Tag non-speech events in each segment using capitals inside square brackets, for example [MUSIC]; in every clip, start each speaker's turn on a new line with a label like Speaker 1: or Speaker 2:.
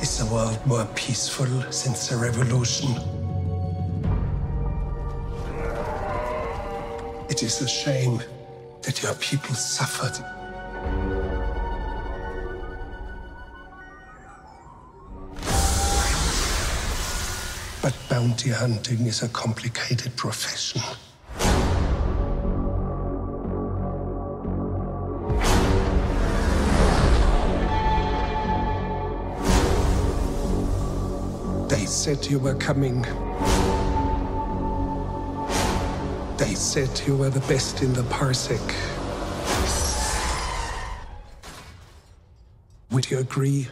Speaker 1: Is the world more peaceful since the revolution? It is a shame that your people suffered. But bounty hunting is a complicated profession. They said you were coming. They said you were the best in the parsec. Would you agree?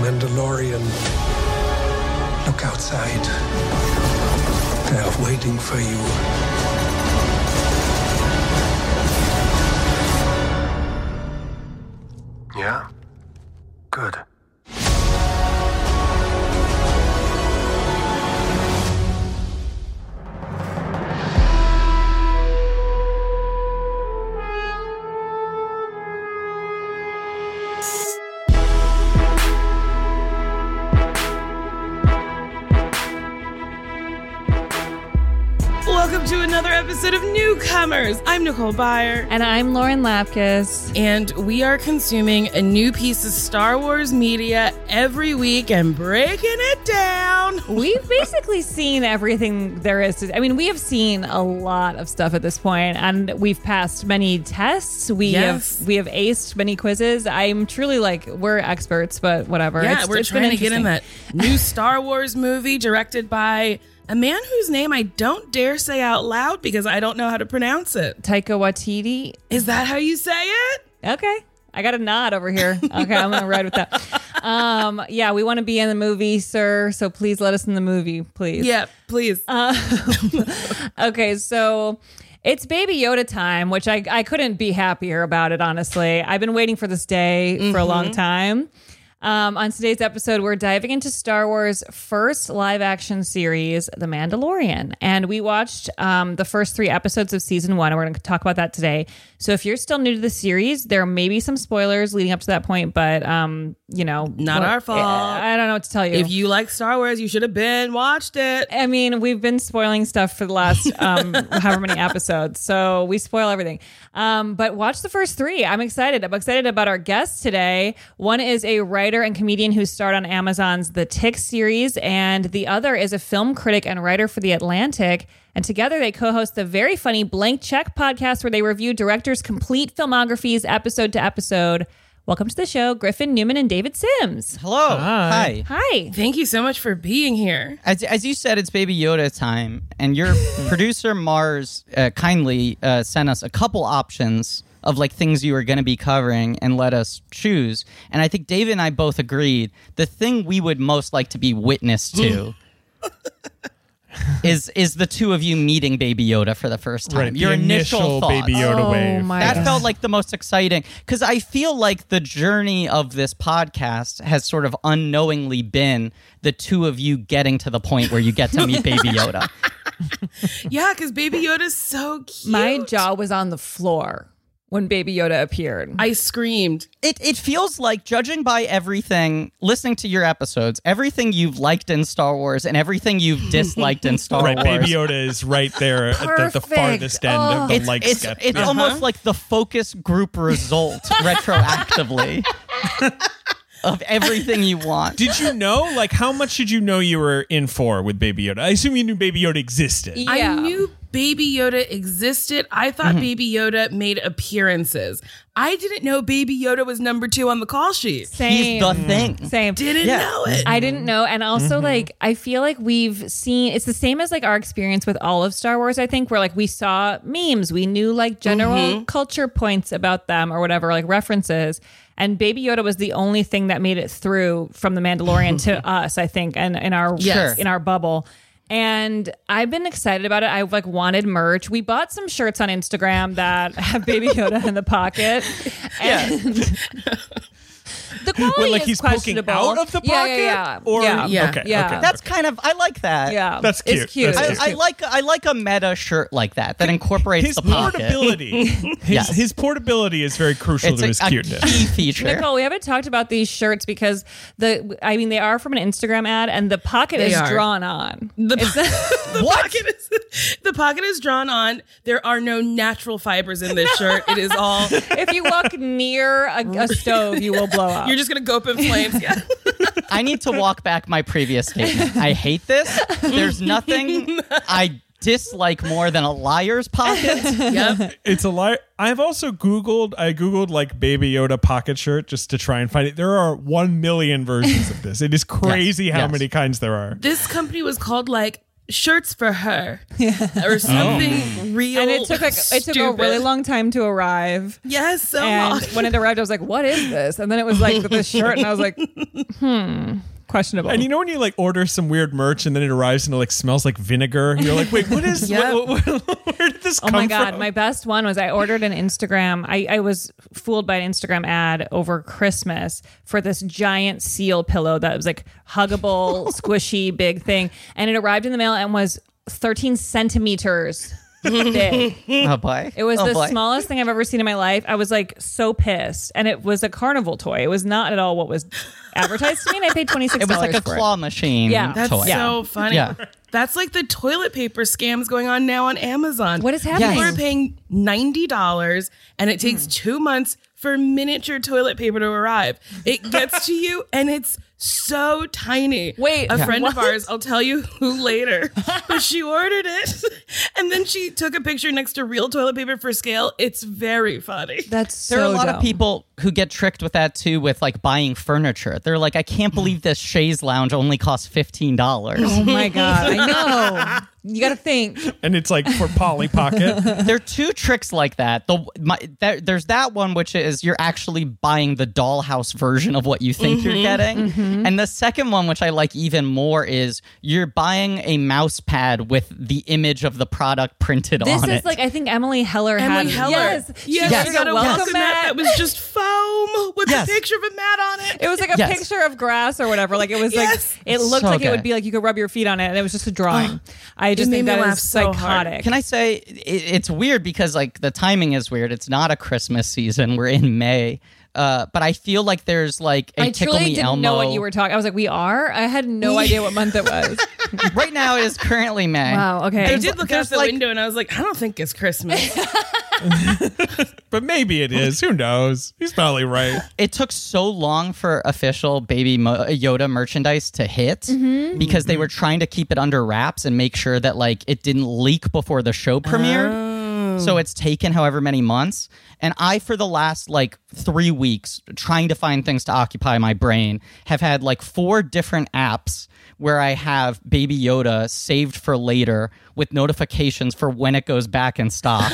Speaker 1: Mandalorian, look outside. They are waiting for you. Yeah? Good.
Speaker 2: Welcome to another episode of Newcomers. I'm Nicole Byer,
Speaker 3: And I'm Lauren Lapkus.
Speaker 2: and we are consuming a new piece of Star Wars media every week and breaking it down.
Speaker 3: We've basically seen everything there is to. I mean, we have seen a lot of stuff at this point, and we've passed many tests. We
Speaker 2: Yes.
Speaker 3: have we have aced many quizzes. I'm truly like we're experts, but whatever.
Speaker 2: Yeah,
Speaker 3: It's-
Speaker 2: we're
Speaker 3: it's been
Speaker 2: trying to get in
Speaker 3: interesting.
Speaker 2: that new Star Wars movie directed by a man whose name I don't dare say out loud because I don't know how to pronounce it.
Speaker 3: Taika Waititi.
Speaker 2: Is that how you say it?
Speaker 3: Okay. I got a nod over here. Okay, I'm gonna ride with that.
Speaker 2: [LAUGHS]
Speaker 3: Um, yeah, we want to be in the movie, sir. So please let us in the movie, please.
Speaker 2: Yeah, please.
Speaker 3: [LAUGHS] Okay, so it's Baby Yoda time, which I, I couldn't be happier about it, honestly. I've been waiting for this day for a
Speaker 2: Mm-hmm.
Speaker 3: long time. Um, on today's episode, we're diving into Star Wars' first live action series, The Mandalorian. And we watched um, the first three episodes of season one, and we're going to talk about that today. So if you're still new to the series, there may be some spoilers leading up to that point, but, um, you know,
Speaker 2: Not our fault.
Speaker 3: I, I don't know what to tell you.
Speaker 2: if you like Star Wars, you should have been watched it.
Speaker 3: I mean, we've been spoiling stuff for the last um, however many episodes, so we spoil everything. Um, but watch the first three. I'm excited. I'm excited about our guests today. One is a writer and comedian who starred on Amazon's The Tick series, and the other is a film critic and writer for The Atlantic. And together they co host the very funny Blank Check podcast where they review directors' complete filmographies episode to episode. Welcome to the show, Griffin Newman and David Sims.
Speaker 4: Hello. Hi.
Speaker 3: Hi.
Speaker 2: Thank you so much for being here.
Speaker 4: As, as you said, it's Baby Yoda time, and
Speaker 5: [LAUGHS]
Speaker 4: your producer Mars uh, kindly uh, sent us a couple options of like things you were going to be covering and let us choose. And I think David and I
Speaker 5: [LAUGHS]
Speaker 4: both agreed the thing we would most like to be witness to is is the two of you meeting Baby Yoda for the first time.
Speaker 5: Right,
Speaker 4: Your
Speaker 5: the
Speaker 4: initial, thoughts.
Speaker 5: Baby Yoda
Speaker 3: Oh
Speaker 5: wave.
Speaker 3: my
Speaker 4: That
Speaker 3: God.
Speaker 4: felt like the most exciting because I feel like the journey of this podcast has sort of unknowingly been the two of you getting to the point where you get to meet
Speaker 3: [LAUGHS]
Speaker 4: Baby Yoda.
Speaker 2: Yeah, because Baby Yoda's so cute.
Speaker 3: My jaw was on the floor when Baby Yoda appeared.
Speaker 2: I screamed.
Speaker 4: It, it feels like, judging by everything, listening to your episodes, everything you've liked in Star Wars and everything you've disliked in Star
Speaker 5: Right,
Speaker 4: Wars.
Speaker 5: Baby Yoda is right there at the, the
Speaker 3: Perfect.
Speaker 5: farthest end of the
Speaker 4: It's,
Speaker 5: like
Speaker 4: it's,
Speaker 5: skeptic.
Speaker 4: it's almost like the focus group
Speaker 3: [LAUGHS]
Speaker 4: result retroactively of everything you want.
Speaker 5: Did you know? Like, how much did you know you were in for with Baby Yoda? I assume you knew Baby Yoda existed.
Speaker 3: Yeah. Mm-hmm.
Speaker 2: I knew Baby Yoda existed. I thought Baby Yoda made appearances. I didn't know Baby Yoda was number two on the call sheet.
Speaker 3: Same.
Speaker 4: He's the thing.
Speaker 3: Same.
Speaker 2: Didn't
Speaker 4: Yeah.
Speaker 2: know it. [LAUGHS]
Speaker 3: I didn't know. And also, like, I feel like we've seen it's the same as like our experience with all of Star Wars, I think, where like we saw memes, we knew like general culture points about them or whatever, like references. And Baby Yoda was the only thing that made it through from The Mandalorian to us, I think, and in our
Speaker 2: Yes.
Speaker 3: in our bubble. And I've been excited about it. I like wanted merch. We bought some shirts on Instagram that have Baby Yoda in the pocket. And the quality
Speaker 5: What, like
Speaker 3: is
Speaker 5: he's poking
Speaker 3: questionable.
Speaker 5: out of the pocket?
Speaker 3: Yeah, yeah, yeah.
Speaker 5: Or,
Speaker 3: Yeah.
Speaker 2: Yeah.
Speaker 5: Okay,
Speaker 3: Yeah.
Speaker 5: okay.
Speaker 4: That's kind of I like that.
Speaker 3: Yeah,
Speaker 5: That's cute.
Speaker 3: It's cute.
Speaker 5: That's
Speaker 3: It's
Speaker 5: cute.
Speaker 4: I, I
Speaker 3: cute.
Speaker 4: like I like a meta shirt like that that incorporates
Speaker 5: his
Speaker 4: the pocket. [LAUGHS]
Speaker 5: portability. his, his portability is very crucial
Speaker 4: It's
Speaker 5: to
Speaker 4: a,
Speaker 5: his
Speaker 4: a
Speaker 5: cuteness.
Speaker 4: [LAUGHS] key feature.
Speaker 3: Nicole, we haven't talked about these shirts because the I mean they are from an Instagram ad and the pocket
Speaker 2: They
Speaker 3: is
Speaker 2: are.
Speaker 3: drawn on.
Speaker 2: The, po- the
Speaker 4: What?
Speaker 2: pocket is the pocket is drawn on. There are no natural fibers in this shirt. It is
Speaker 3: [LAUGHS]
Speaker 2: all
Speaker 3: If you walk near a,
Speaker 2: [LAUGHS]
Speaker 3: a stove, you will blow up.
Speaker 2: you're just gonna go up in flames. Yeah.
Speaker 3: [LAUGHS]
Speaker 4: I need to walk back my previous statement. I hate this. There's
Speaker 3: [LAUGHS]
Speaker 4: nothing I dislike more than a liar's
Speaker 3: [LAUGHS]
Speaker 4: pocket.
Speaker 2: yep.
Speaker 5: It's a lie. I've also Googled, I Googled like Baby Yoda pocket shirt just to try and find it. There are 1 million versions of this. It is crazy how
Speaker 4: yes.
Speaker 5: many kinds there are.
Speaker 2: This company was called like Shirts for Her.
Speaker 3: [LAUGHS]
Speaker 2: Or something real.
Speaker 3: Oh. and it took like it took a
Speaker 2: stupid.
Speaker 3: really long time to arrive.
Speaker 2: Yes, so long.
Speaker 3: And when it arrived, I was like, "What is this?" And then it was like this shirt, and I was
Speaker 2: [LAUGHS]
Speaker 3: like, "Hmm, questionable."
Speaker 5: And you know when you like order some weird merch and then it arrives and it like smells like vinegar? You're like, wait, what is
Speaker 2: Yeah.
Speaker 5: what- what- [LAUGHS] where did this
Speaker 3: Oh
Speaker 5: come
Speaker 3: my god,
Speaker 5: from?
Speaker 3: my best one was I ordered an Instagram. I, I was fooled by an Instagram ad over Christmas for this giant seal pillow that was like
Speaker 4: [LAUGHS]
Speaker 3: huggable, squishy, big thing. And it arrived in the mail and was 13 centimeters big.
Speaker 4: Oh boy.
Speaker 3: It
Speaker 4: [LAUGHS]
Speaker 3: was
Speaker 4: oh
Speaker 3: the
Speaker 4: boy.
Speaker 3: smallest thing I've ever seen in my life. I was like so pissed. And it was a carnival toy. It was not at all what was advertised to me.
Speaker 4: [LAUGHS]
Speaker 3: And I paid $26.
Speaker 4: It was like a
Speaker 3: for it.
Speaker 4: claw machine
Speaker 3: Yeah.
Speaker 2: That's
Speaker 4: toy.
Speaker 2: so funny.
Speaker 4: Yeah.
Speaker 2: That's like the toilet paper scams going on now on Amazon.
Speaker 3: What is happening?
Speaker 2: People are paying ninety dollars, and it takes two months for miniature toilet paper to arrive. It gets to you, and it's so tiny.
Speaker 3: Wait,
Speaker 2: a
Speaker 3: Yeah.
Speaker 2: friend of
Speaker 3: what?
Speaker 2: ours. I'll tell you who later, but she ordered it, [LAUGHS] and then she took a picture next to real toilet paper for scale. It's very funny.
Speaker 3: That's
Speaker 4: There are
Speaker 3: so
Speaker 4: a lot
Speaker 3: dumb.
Speaker 4: of people who get tricked with that too, with like buying furniture. They're like, I can't believe this chaise lounge only costs fifteen dollars.
Speaker 3: Oh my God.
Speaker 4: [LAUGHS]
Speaker 3: I know. You got to think.
Speaker 5: and it's like for
Speaker 4: [LAUGHS]
Speaker 5: Polly Pocket.
Speaker 4: there are two tricks like that. The my, there, there's that one which is you're actually buying the dollhouse version of what you think
Speaker 3: Mm-hmm.
Speaker 4: you're getting, and the second one which I like even more is you're buying a mouse pad with the image of the product printed
Speaker 3: This
Speaker 4: on
Speaker 3: is
Speaker 4: it.
Speaker 3: like I think Emily Heller had
Speaker 2: Emily Heller.
Speaker 3: yes, She
Speaker 2: yes,
Speaker 3: had
Speaker 2: she
Speaker 3: a
Speaker 2: got a
Speaker 3: welcome
Speaker 2: welcome mat
Speaker 3: mat.
Speaker 2: that was just foam with
Speaker 4: Yes.
Speaker 2: a picture of a mat on it.
Speaker 3: It was like a
Speaker 4: Yes.
Speaker 3: picture of grass or whatever. Like it was
Speaker 2: Yes. Oh,
Speaker 3: like it looked
Speaker 4: So
Speaker 3: like it would
Speaker 4: good.
Speaker 3: be like you could rub your feet on it, and it was just a drawing. I just
Speaker 2: made
Speaker 3: think
Speaker 2: me
Speaker 3: that is
Speaker 2: laugh so hard.
Speaker 3: psychotic.
Speaker 4: Can I say it, it's weird because like the timing is weird. It's not a Christmas season. We're in May, uh, but I feel like there's like a
Speaker 3: I
Speaker 4: tickle
Speaker 3: truly
Speaker 4: me
Speaker 3: didn't
Speaker 4: Elmo.
Speaker 3: know what you
Speaker 4: [LAUGHS]
Speaker 3: were talking. I was like, "We are." I had no idea what month it was.
Speaker 4: right now. It is currently May.
Speaker 3: wow. Okay.
Speaker 2: I did look out
Speaker 4: there's
Speaker 2: the
Speaker 4: like-
Speaker 2: window and I was like, I don't think it's [LAUGHS] Christmas.
Speaker 5: but maybe it is. Who knows? He's probably right.
Speaker 4: it took so long for official baby Mo- uh, Yoda merchandise to hit because they were trying to keep it under wraps and make sure that like it didn't leak before the show premiered. So it's taken however many months and I for the last like 3 weeks trying to find things to occupy my brain have had like four different apps where I have baby Yoda saved for later with notifications for when it goes back in stock.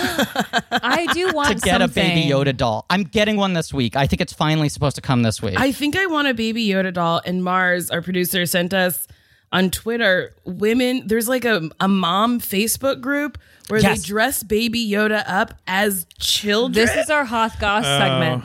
Speaker 3: I do want
Speaker 4: to get a
Speaker 3: something.
Speaker 4: baby Yoda doll. I'm getting one this week. I think it's finally supposed to come this week.
Speaker 2: I think I want a baby Yoda doll, and Mars, our producer, sent us on Twitter, women, there's like a, a mom Facebook group where
Speaker 3: Yes.
Speaker 2: they dress Baby Yoda up as children. Oh.
Speaker 3: This is our Hoth Goss segment.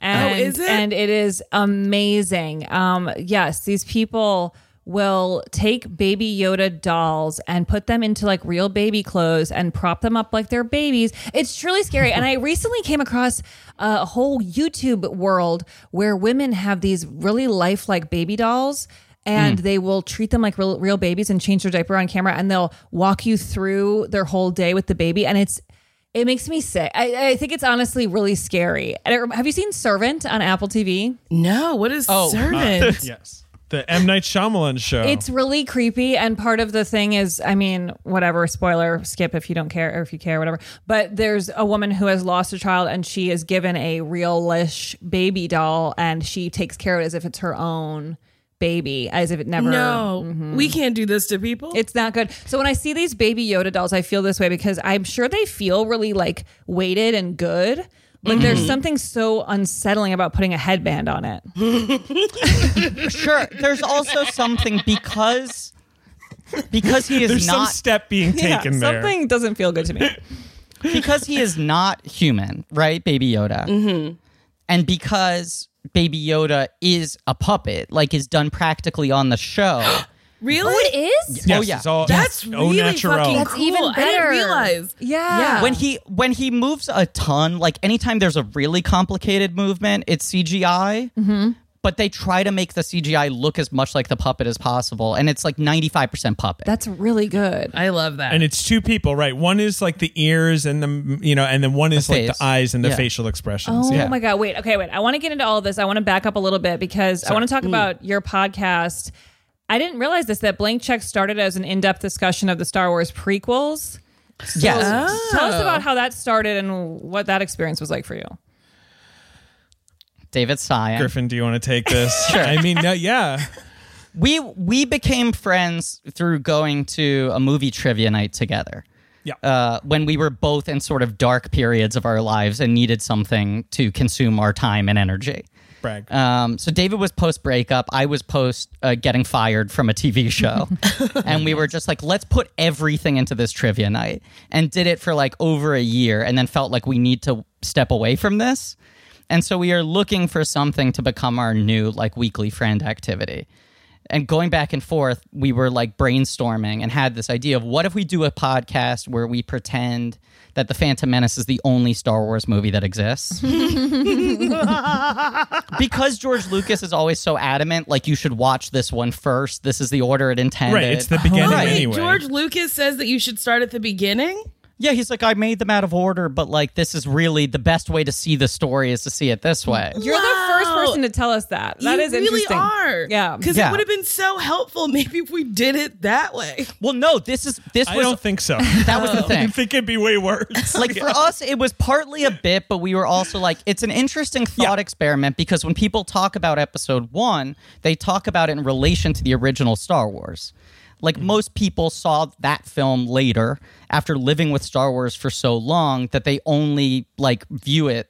Speaker 3: And,
Speaker 2: is it?
Speaker 3: And it is amazing. Um, yes, these people will take baby Yoda dolls and put them into like real baby clothes and prop them up like they're babies. It's truly scary.
Speaker 2: [LAUGHS]
Speaker 3: and I recently came across uh, a whole YouTube world where women have these really lifelike baby dolls
Speaker 2: Hmm.
Speaker 3: and they will treat them like real, real babies and change their diaper on camera and they'll walk you through their whole day with the baby and it's it makes me sick. I, I think it's honestly really scary. And it rem- have you seen Servant on Apple TV?
Speaker 2: no, what is servant?
Speaker 5: Uh,
Speaker 2: [LAUGHS]
Speaker 5: Yes. The M. Night Shyamalan show.
Speaker 3: It's really creepy. And part of the thing is, I mean, whatever, spoiler, skip if you don't care or if you care, whatever. But there's a woman who has lost a child and she is given a realish baby doll and she takes care of it as if it's her own baby, as if it never.
Speaker 2: No, we can't do this to people.
Speaker 3: It's not good. So when I see these baby Yoda dolls, I feel this way because I'm sure they feel really like weighted and good, but
Speaker 5: Mm-hmm.
Speaker 3: there's something so unsettling about putting a headband on it.
Speaker 4: sure. There's also something because because he is
Speaker 5: There's some
Speaker 4: not
Speaker 5: [LAUGHS] step being
Speaker 3: Yeah,
Speaker 5: taken there.
Speaker 3: something doesn't feel good to me.
Speaker 4: because he is not human, right? Baby Yoda. Mm-hmm. And because Baby Yoda is a puppet, like is done practically on the
Speaker 5: [GASPS]
Speaker 4: show.
Speaker 2: really?
Speaker 3: is?
Speaker 5: Yes,
Speaker 4: Oh, yeah.
Speaker 5: It's all,
Speaker 2: That's
Speaker 5: it's au
Speaker 2: really
Speaker 5: naturel.
Speaker 2: fucking
Speaker 6: That's
Speaker 2: cool.
Speaker 6: even
Speaker 2: I
Speaker 6: better.
Speaker 2: didn't realize.
Speaker 3: Yeah.
Speaker 4: when he when he moves a ton like anytime there's a really complicated movement it's cgi
Speaker 3: Mm-hmm.
Speaker 4: but they try to make the cgi look as much like the puppet as possible and it's like 95% puppet
Speaker 3: That's really good.
Speaker 2: I love that.
Speaker 5: and it's two people, right? One is like the ears and the you know, and then one is like
Speaker 4: face.
Speaker 5: the eyes and the
Speaker 4: Yeah.
Speaker 5: facial expressions.
Speaker 3: Oh
Speaker 5: yeah.
Speaker 3: my god! Wait, okay, wait. I want to get into all of this. I want to back up a little bit because I want to talk
Speaker 5: Mm.
Speaker 3: about your podcast. I didn't realize this that Blank Check started as an in-depth discussion of the Star Wars prequels.
Speaker 4: yes
Speaker 3: Tell us about how that started and what that experience was like for you.
Speaker 4: david Sion.
Speaker 5: Griffin, do you want to take this? sure. I mean, no, yeah.
Speaker 4: we we became friends through going to a movie trivia night together
Speaker 5: Yeah.
Speaker 4: uh, when we were both in sort of dark periods of our lives and needed something to consume our time and energy
Speaker 5: Brag.
Speaker 4: Um, so David was post breakup. I was post uh, getting fired from a TV show, and we were just like, let's put everything into this trivia night, and did it for like over a year, and then felt like we need to step away from this, and so we are looking for something to become our new like weekly friend activity. And going back and forth, we were like brainstorming and had this idea of what if we do a podcast where we pretend that The Phantom Menace is the only Star Wars movie that exists? because George Lucas is always so adamant, like you should watch this one first. This is the order it intended.
Speaker 5: right. It's the beginning
Speaker 2: oh, wait,
Speaker 5: anyway.
Speaker 2: George Lucas says that you should start at the beginning.
Speaker 4: yeah, he's like, I made them out of order, but like this is really the best way to see the story is to see it this way.
Speaker 3: You're the first person to tell us that. That
Speaker 2: you
Speaker 3: is
Speaker 2: really
Speaker 3: interesting.
Speaker 2: are.
Speaker 3: [LAUGHS] Yeah.
Speaker 2: because
Speaker 4: Yeah.
Speaker 2: it would have been so helpful. [LAUGHS] Maybe if we did it that way.
Speaker 4: Well, no, this is this
Speaker 5: I
Speaker 4: was
Speaker 5: don't think so.
Speaker 4: [LAUGHS] that was the
Speaker 5: I
Speaker 4: thing.
Speaker 5: think it'd be way worse.
Speaker 4: [LAUGHS] Like for us, it was partly a bit, but we were also like, it's an interesting thought experiment because when people talk about episode one, they talk about it in relation to the original Star Wars. Like
Speaker 5: Mm.
Speaker 4: most people saw that film later after living with Star Wars for so long that they only like view it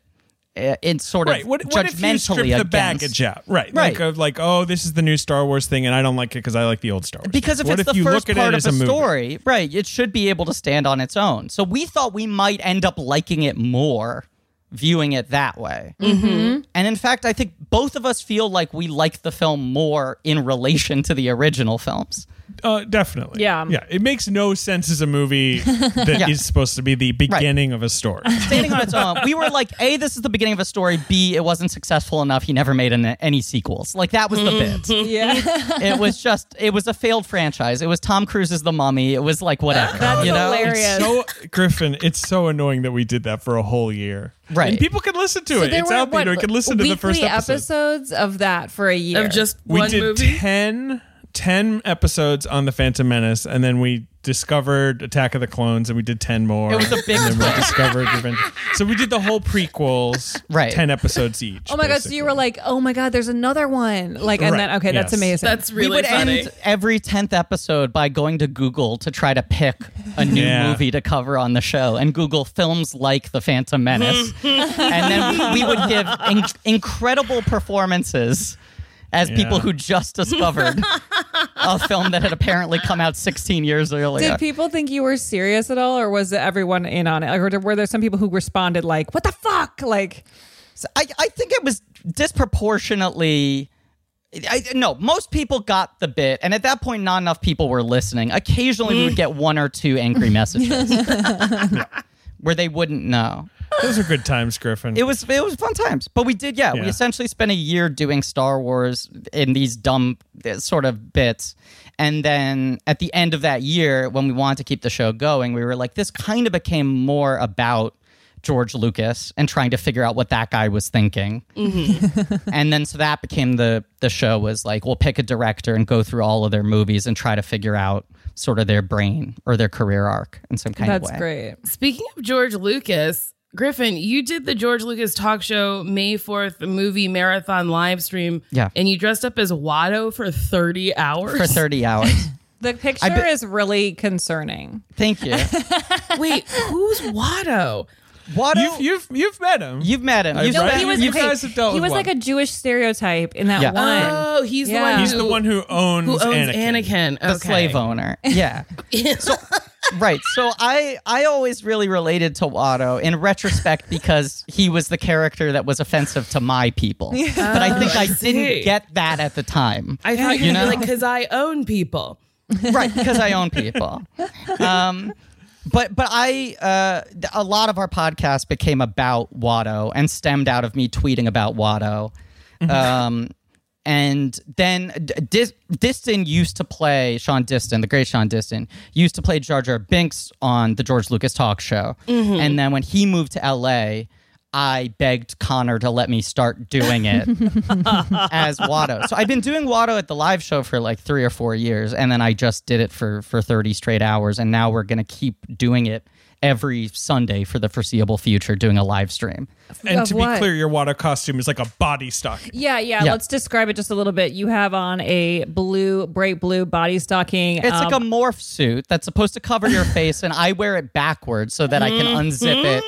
Speaker 4: uh, in sort
Speaker 5: right.
Speaker 4: of
Speaker 5: What,
Speaker 4: judgmentally
Speaker 5: what if you strip the
Speaker 4: against.
Speaker 5: baggage out? Right. Like,
Speaker 4: Right.
Speaker 5: of like, oh, this is the new Star Wars thing, and I don't like it because I like the old Star Wars.
Speaker 4: Because if
Speaker 5: what
Speaker 4: it's
Speaker 5: if
Speaker 4: the
Speaker 5: you
Speaker 4: first
Speaker 5: look at
Speaker 4: part
Speaker 5: it
Speaker 4: of
Speaker 5: as
Speaker 4: a
Speaker 5: movie?
Speaker 4: story, right, it should be able to stand on its own. So we thought we might end up liking it more viewing it that way. Mm-hmm. And in fact, I think both of us feel like we like the film more in relation to the original films.
Speaker 5: Uh, definitely.
Speaker 3: Yeah.
Speaker 5: Yeah. It makes no sense as
Speaker 4: [LAUGHS]
Speaker 5: a movie that is supposed to be the beginning of a story.
Speaker 4: Standing on its own, we were like, A, this is the beginning of a story. B, it wasn't successful enough. He never made an, any sequels. Like, that was the bit.
Speaker 3: Yeah.
Speaker 4: It was just, it was a failed franchise. It was Tom Cruise's The Mummy. It was like, whatever.
Speaker 3: That's
Speaker 4: [LAUGHS] you know?
Speaker 3: hilarious.
Speaker 5: so Griffin, it's so annoying that we did that for a whole year.
Speaker 4: Right.
Speaker 5: And people can listen to it. It's out there. You can listen to the first
Speaker 3: weekly
Speaker 5: episode.
Speaker 3: episodes of that for a year.
Speaker 2: Of just
Speaker 5: We
Speaker 2: one
Speaker 5: did [LAUGHS]
Speaker 2: movie.
Speaker 5: 10, 10 episodes on the Phantom Menace, and then we discovered Attack of the Clones, and we did ten more.
Speaker 4: It was a big
Speaker 5: and then we discovered Revenge. So we did the whole prequels,
Speaker 4: Right.
Speaker 5: Ten episodes each.
Speaker 3: oh my god! So you were like, oh my god, there's another one. Like, and
Speaker 5: Right.
Speaker 3: then okay, that's
Speaker 5: Yes.
Speaker 3: amazing.
Speaker 2: That's really
Speaker 4: we would
Speaker 2: funny.
Speaker 4: end every 10th episode by going to Google to try to pick a new
Speaker 5: Yeah.
Speaker 4: movie to cover on the show and Google films like The Phantom Menace. and then we would give in- incredible performances as people who just discovered a film that had apparently come out 16 years earlier.
Speaker 3: Did people think you were serious at all, or was everyone in on it? Like, or were there some people who responded like, "What the fuck?" Like,
Speaker 4: So I, I think it was disproportionately. I, no, most people got the bit, and at that point, not enough people were listening. Occasionally, we would get one or two angry messages where they wouldn't know.
Speaker 5: Those are good times, Griffin.
Speaker 4: It was it was fun times, but we did yeah, We
Speaker 5: Yeah.
Speaker 4: essentially spent a year doing Star Wars in these dumb uh, sort of bits, and then at the end of that year, when we wanted to keep the show going, we were like, this kind of became more about George Lucas and trying to figure out what that guy was thinking, [LAUGHS]
Speaker 3: Mm-hmm. [LAUGHS]
Speaker 4: and then so that became the the show was like, we'll pick a director and go through all of their movies and try to figure out sort of their brain or their career arc in some kind
Speaker 3: that's
Speaker 4: of way.
Speaker 3: great.
Speaker 2: Speaking of George Lucas, Griffin, you did the George Lucas talk show May 4th movie marathon live stream.
Speaker 4: Yeah.
Speaker 2: And you dressed up as Watto for 30 hours.
Speaker 4: For 30
Speaker 3: [LAUGHS]
Speaker 4: hours.
Speaker 3: The picture
Speaker 4: bet-
Speaker 3: is really concerning.
Speaker 4: Thank you.
Speaker 2: [LAUGHS] Wait, who's Watto?
Speaker 4: What
Speaker 5: You've you've you've met him.
Speaker 4: You've met him. You've
Speaker 5: No,
Speaker 4: met
Speaker 5: but he
Speaker 4: him.
Speaker 5: was-
Speaker 4: You've-
Speaker 5: okay, guys have dealt
Speaker 3: he
Speaker 5: with
Speaker 3: was
Speaker 5: one.
Speaker 3: like a Jewish stereotype in that
Speaker 4: Yeah.
Speaker 3: one.
Speaker 2: Oh, he's
Speaker 3: Yeah.
Speaker 2: the one
Speaker 3: He's
Speaker 5: He's the one who owns
Speaker 2: who owns
Speaker 5: Anakin.
Speaker 2: Anakin.
Speaker 4: the
Speaker 2: Okay.
Speaker 4: slave owner. Yeah. so, right. So I I always really related to Watto in retrospect because he was the character that was offensive to my people. But I think
Speaker 2: Oh,
Speaker 4: I,
Speaker 2: I
Speaker 4: didn't
Speaker 2: see.
Speaker 4: get that at the time.
Speaker 2: I thought you,
Speaker 4: You
Speaker 2: were
Speaker 4: know?
Speaker 2: like, because I own people.
Speaker 4: right because i own people um but but i uh th- a lot of our podcast became about watto and stemmed out of me tweeting about watto um and then D- Dis- distin used to play sean distin the great sean distin used to play jar jar binks on the george lucas talk show and then when he moved to la I begged Connor to let me start doing it as Watto. So I've been doing Watto at the live show for like three or four years, and then I just did it for for thirty straight hours, and now we're gonna keep doing it every Sunday for the foreseeable future, doing a live stream.
Speaker 5: And
Speaker 3: Of
Speaker 5: to
Speaker 3: what?
Speaker 5: be clear, your Watto costume is like a body stock.
Speaker 3: Yeah, yeah,
Speaker 4: Yeah.
Speaker 3: Let's describe it just a little bit. You have on a blue, bright blue body stocking.
Speaker 4: It's
Speaker 3: um,
Speaker 4: like a morph suit that's supposed to cover your face, and I wear it backwards so that I can unzip it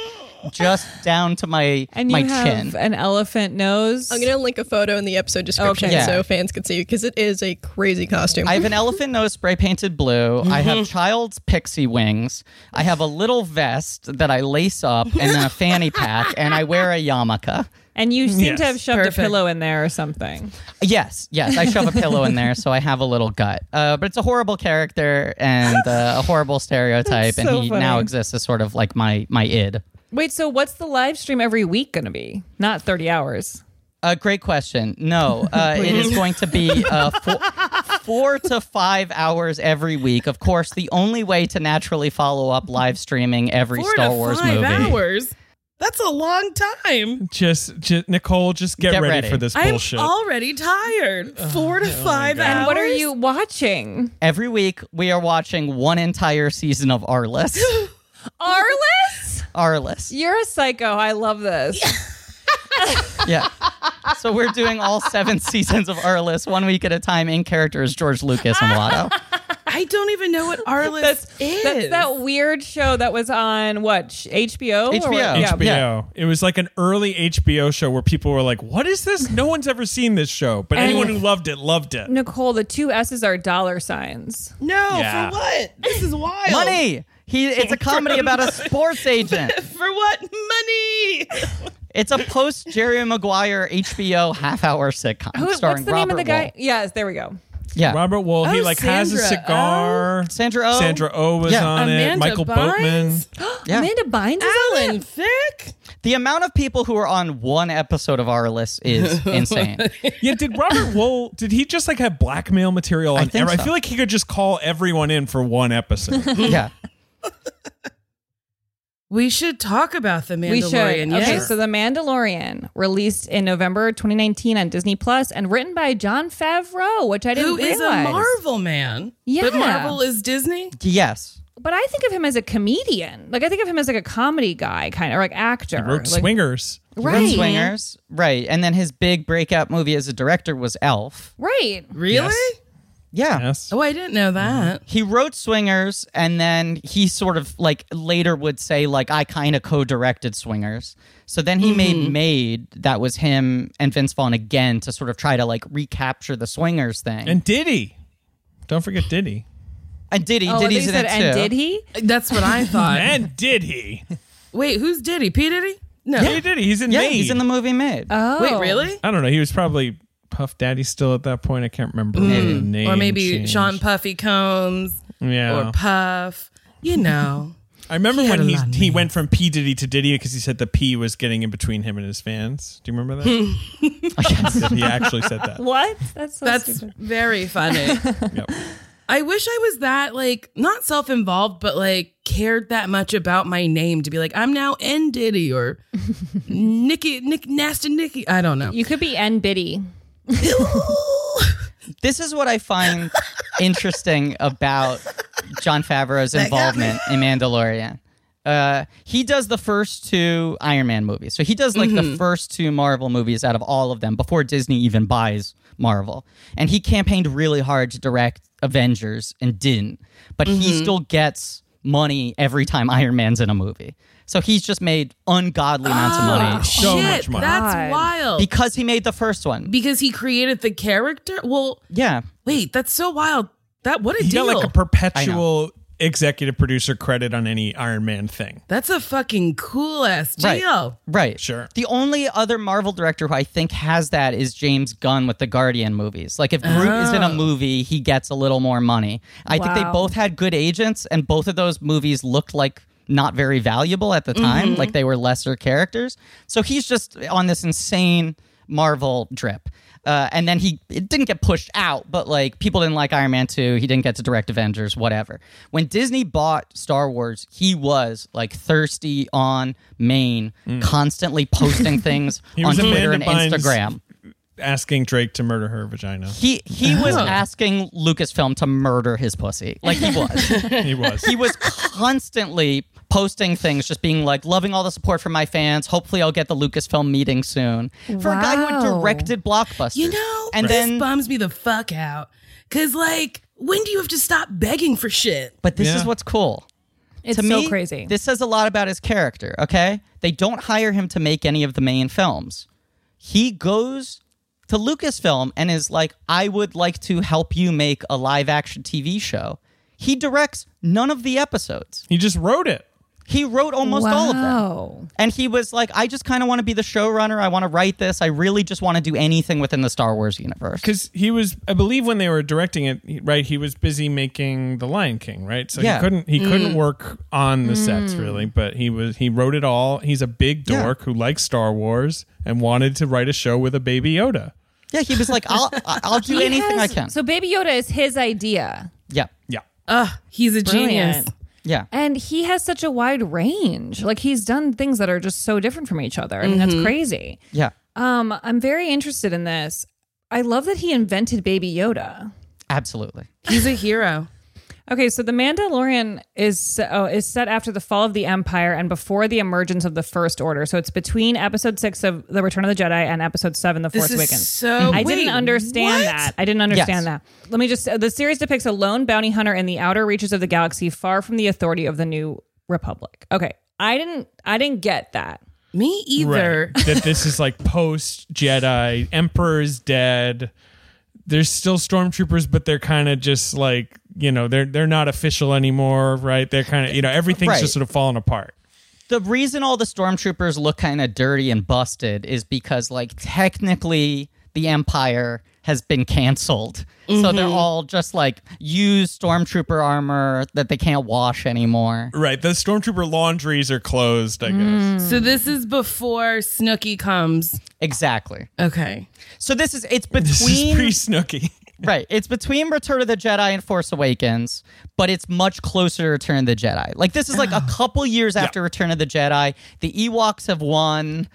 Speaker 4: just down to my
Speaker 3: Mm-hmm. and you
Speaker 4: my
Speaker 3: have
Speaker 4: chin.
Speaker 3: an elephant nose.
Speaker 7: I'm gonna link a photo in the episode description
Speaker 3: Okay.
Speaker 4: Yeah.
Speaker 7: so fans can see because it is a crazy costume.
Speaker 4: I have an elephant nose spray painted blue. I
Speaker 3: Mm-hmm.
Speaker 4: have child's pixie wings. I have a little vest that I lace up and then a fanny pack, and I wear a yarmulke.
Speaker 3: and you seem
Speaker 5: Yes.
Speaker 3: to have shoved
Speaker 2: Perfect.
Speaker 3: a pillow in there or something.
Speaker 4: Yes, yes. I shove a pillow in there, so I have a little gut. Uh, but it's a horrible character and uh, a horrible stereotype,
Speaker 3: That's so
Speaker 4: and he
Speaker 3: funny.
Speaker 4: now exists as sort of like my my id.
Speaker 3: Wait, so what's the live stream every week going to be? Not 30 hours.
Speaker 4: A Uh, great question. No, uh, it
Speaker 2: [LAUGHS]
Speaker 4: is going to be uh, four, four to five hours every week. Of course, the only way to naturally follow up live streaming every
Speaker 2: Four
Speaker 4: Star
Speaker 2: to
Speaker 4: Wars
Speaker 2: five
Speaker 4: movie.
Speaker 2: hours. That's a long time.
Speaker 5: Just, just Nicole, just get,
Speaker 4: Get
Speaker 5: ready,
Speaker 4: ready.
Speaker 5: for this
Speaker 2: I'm
Speaker 5: bullshit. Oh,
Speaker 2: already tired. Four to five hours.
Speaker 3: And what are you watching?
Speaker 4: Every week, we are watching one entire season of
Speaker 2: [GASPS]
Speaker 4: Arliss.
Speaker 3: Arliss?
Speaker 4: Arliss.
Speaker 3: You're a psycho. I love this.
Speaker 4: Yeah. So we're doing all
Speaker 3: [LAUGHS]
Speaker 4: seven seasons of Arliss one week at a time in character as George Lucas and
Speaker 3: [LAUGHS]
Speaker 4: Watto.
Speaker 2: I don't even know what
Speaker 5: [LAUGHS]
Speaker 2: Arliss is.
Speaker 3: That's that weird show that was on what sh- HBO?
Speaker 4: HBO.
Speaker 3: yeah.
Speaker 5: HBO. It was like an early HBO show where people were like, "What is this? No one's ever seen this show." But
Speaker 3: And-
Speaker 5: anyone who loved it loved it.
Speaker 3: Nicole, the two S's are dollar signs.
Speaker 2: no,
Speaker 5: Yeah.
Speaker 2: for what? This is wild.
Speaker 4: Money. He, it's a comedy about a sports agent.
Speaker 2: [LAUGHS] For what? Money.
Speaker 4: It's a post Jerry Maguire HBO half hour sitcom
Speaker 3: Who-
Speaker 4: starring
Speaker 3: what's
Speaker 4: Robert
Speaker 3: the name of the guy?
Speaker 4: Wool.
Speaker 3: Yes, there we go.
Speaker 4: Yeah.
Speaker 5: Robert Wool, he
Speaker 2: Oh,
Speaker 5: like has a
Speaker 2: Sandra
Speaker 5: cigar.
Speaker 4: Sandra Oh.
Speaker 5: Sandra Oh was
Speaker 4: Yeah.
Speaker 5: on it.
Speaker 2: Amanda
Speaker 5: Michael
Speaker 2: Bynes?
Speaker 4: Yeah.
Speaker 3: Amanda Bynes is on it?
Speaker 2: Alan Thick.
Speaker 4: The amount of people who are on one episode of Arliss
Speaker 3: [LAUGHS]
Speaker 4: is insane.
Speaker 5: Boatman. [GASPS] yeah, did Robert Wool? Did he just like have blackmail material on?
Speaker 4: think
Speaker 5: every-
Speaker 4: so.
Speaker 5: I feel like he could just call everyone in for one episode.
Speaker 4: yeah.
Speaker 2: We should talk about the Mandalorian.
Speaker 3: We should. Okay,
Speaker 2: yes.
Speaker 3: so The Mandalorian released in November 2019 on Disney Plus and written by John Favreau, which I didn't
Speaker 2: who
Speaker 3: realize.
Speaker 2: is a Marvel man?
Speaker 3: Yeah.
Speaker 2: but Marvel is Disney.
Speaker 4: Yes.
Speaker 3: But I think of him as a comedian. Like I think of him as like a comedy guy, kind of like actor.
Speaker 5: Rogue
Speaker 3: Like-
Speaker 5: Swingers.
Speaker 3: Right.
Speaker 4: Swingers. Right. And then his big breakout movie as a director was Elf.
Speaker 3: Right.
Speaker 2: Really?
Speaker 5: Yes.
Speaker 4: Yeah.
Speaker 5: Yes.
Speaker 2: Oh, I didn't know that.
Speaker 4: he wrote swingers and then he sort of like later would say like i kind of co-directed swingers so then he made
Speaker 3: Mm-hmm.
Speaker 4: made that was him and vince vaughn again to sort of try to like recapture the swingers thing
Speaker 5: And did he? Don't forget Diddy.
Speaker 4: And Diddy,
Speaker 3: Oh,
Speaker 4: Diddy's
Speaker 3: they
Speaker 4: in
Speaker 3: said,
Speaker 4: it too.
Speaker 3: and did he?
Speaker 2: That's what I [LAUGHS] thought.
Speaker 5: And did he?
Speaker 2: Wait, who's Diddy? P Diddy? No.
Speaker 5: He did. He's in
Speaker 4: Yeah,
Speaker 5: Maid.
Speaker 4: he's in the movie Made.
Speaker 3: Oh,
Speaker 2: Wait, really?
Speaker 5: I don't know. He was probably Puff Daddy still at that point. I can't remember. the Name
Speaker 2: Mm. Or maybe
Speaker 5: change.
Speaker 2: Sean Puffy Combs
Speaker 5: Yeah.
Speaker 2: or Puff. You know.
Speaker 5: I remember
Speaker 2: He had
Speaker 5: when
Speaker 2: a
Speaker 5: he
Speaker 2: lot of
Speaker 5: he went from P Diddy to Diddy because he said the P was getting in between him and his fans. Do you remember
Speaker 2: [LAUGHS]
Speaker 5: that?
Speaker 2: Oh,
Speaker 5: Yes, he actually said that.
Speaker 3: What? That's so
Speaker 2: That's
Speaker 3: stupid. [LAUGHS]
Speaker 2: very funny.
Speaker 5: Yep.
Speaker 2: I wish I was that like not self-involved, but like cared that much about my name to be like I'm now N Diddy
Speaker 3: [LAUGHS]
Speaker 2: or Nicky Nick Nasty Nicky. I don't know.
Speaker 3: You could be N Biddy.
Speaker 4: This is what I find interesting about John Favreau's involvement in Mandalorian. Uh, he does the first two Iron Man movies. So he does like the first two Marvel movies out of all of them before Disney even buys Marvel. And he campaigned really hard to direct Avengers and didn't. But he still gets money every time Iron Man's in a movie. So he's just made ungodly amounts of money
Speaker 5: So much
Speaker 2: Shit,
Speaker 5: money.
Speaker 2: That's
Speaker 3: God.
Speaker 2: wild.
Speaker 4: because he made the first one.
Speaker 2: because he created the character. Well,
Speaker 4: Yeah.
Speaker 2: wait, that's so wild. That what a
Speaker 5: He
Speaker 2: deal.
Speaker 5: got like a perpetual executive producer credit on any Iron Man thing.
Speaker 2: that's a fucking cool ass
Speaker 4: Right.
Speaker 2: deal.
Speaker 4: Right.
Speaker 5: Sure.
Speaker 4: The only other Marvel director who I think has that is James Gunn with the Guardian movies. Like if Groot is in a movie, he gets a little more money. I think they
Speaker 3: Wow.
Speaker 4: both had good agents and both of those movies looked like not very valuable at the time, like they were lesser characters. So he's just on this insane Marvel drip. Uh, and then he it didn't get pushed out, but like people didn't like Iron Man 2. He didn't get to direct Avengers, whatever. When Disney bought Star Wars, he was like thirsty on main, constantly
Speaker 5: [LAUGHS]
Speaker 4: posting things
Speaker 5: Mm. He
Speaker 4: on
Speaker 5: was
Speaker 4: Twitter and
Speaker 5: Amanda Bynes.
Speaker 4: Instagram.
Speaker 5: Asking Drake to murder
Speaker 4: [LAUGHS]
Speaker 5: her vagina.
Speaker 4: He he was asking Lucasfilm to murder his pussy. Like he was.
Speaker 5: He was.
Speaker 4: he was constantly posting things, just being like, loving all the support from my fans. Hopefully, I'll get the Lucasfilm meeting soon. For a guy who
Speaker 3: Wow.
Speaker 4: directed blockbusters,
Speaker 2: You know,
Speaker 4: and
Speaker 2: this
Speaker 4: then.
Speaker 2: bums me the fuck out. Cause like, when do you have to stop begging for shit?
Speaker 4: but this
Speaker 5: Yeah.
Speaker 4: is what's cool.
Speaker 3: It's
Speaker 4: to
Speaker 3: so
Speaker 4: me,
Speaker 3: crazy.
Speaker 4: This says a lot about his character, okay? They don't hire him to make any of the main films. He goes to Lucasfilm and is like, I would like to help you make a live action TV show. He directs none of the episodes.
Speaker 5: He just wrote it.
Speaker 4: He wrote almost all of them.
Speaker 3: Wow.
Speaker 4: And he was like, I just kind of want to be the showrunner. I want to write this. I really just want to do anything within the Star Wars universe.
Speaker 5: because he was i believe when they were directing it he- right he was busy making the lion king right so
Speaker 4: Yeah.
Speaker 5: he couldn't he couldn't work on the sets really but he was he wrote it all he's a big
Speaker 4: Yeah.
Speaker 5: dork who likes star wars and wanted to write a show with a baby yoda
Speaker 4: Yeah, he was like,
Speaker 5: [LAUGHS]
Speaker 4: I'll, I'll do
Speaker 3: He
Speaker 4: anything
Speaker 3: has-
Speaker 4: I can.
Speaker 3: So Baby Yoda is his idea.
Speaker 4: yeah.
Speaker 5: yeah
Speaker 2: Ugh, he's a genius.
Speaker 3: Brilliant.
Speaker 4: Yeah.
Speaker 3: And he has such a wide range. Like he's done things that are just so different from each other. I mean,
Speaker 4: Mm-hmm.
Speaker 3: that's crazy.
Speaker 4: Yeah.
Speaker 3: Um, I'm very interested in this. I love that he invented Baby Yoda.
Speaker 4: Absolutely.
Speaker 2: He's a hero.
Speaker 3: Okay, so the Mandalorian is oh, is set after the fall of the Empire and before the emergence of the First Order. So it's between Episode six of the Return of the Jedi and Episode seven, the Force
Speaker 2: This is
Speaker 3: Awakens.
Speaker 2: so.
Speaker 3: I
Speaker 2: Oh, wait,
Speaker 3: didn't understand
Speaker 2: what?
Speaker 3: that. I didn't
Speaker 4: Yes.
Speaker 3: understand that. Let me just. uh, The series depicts a lone bounty hunter in the outer reaches of the galaxy, far from the authority of the New Republic. Okay, I didn't. I didn't get that.
Speaker 2: Me either.
Speaker 5: right that this is like post jedi emperor's dead there's still stormtroopers but they're kind of just like you know they're they're not official anymore right they're kind of you know everything's
Speaker 4: Right.
Speaker 5: just sort of falling apart
Speaker 4: the reason all the stormtroopers look kind of dirty and busted is because like technically the empire has been canceled so they're all just like used stormtrooper armor that they can't wash anymore
Speaker 5: right the stormtrooper laundries are closed i guess
Speaker 2: So this is before Snooky comes.
Speaker 4: exactly
Speaker 2: Okay.
Speaker 4: so this is it's
Speaker 5: This
Speaker 4: between
Speaker 5: is pretty snooky.
Speaker 4: right it's between return of the jedi and force awakens but it's much closer to return of the jedi like this is like
Speaker 5: [SIGHS]
Speaker 4: a couple years after return of the jedi the ewoks have won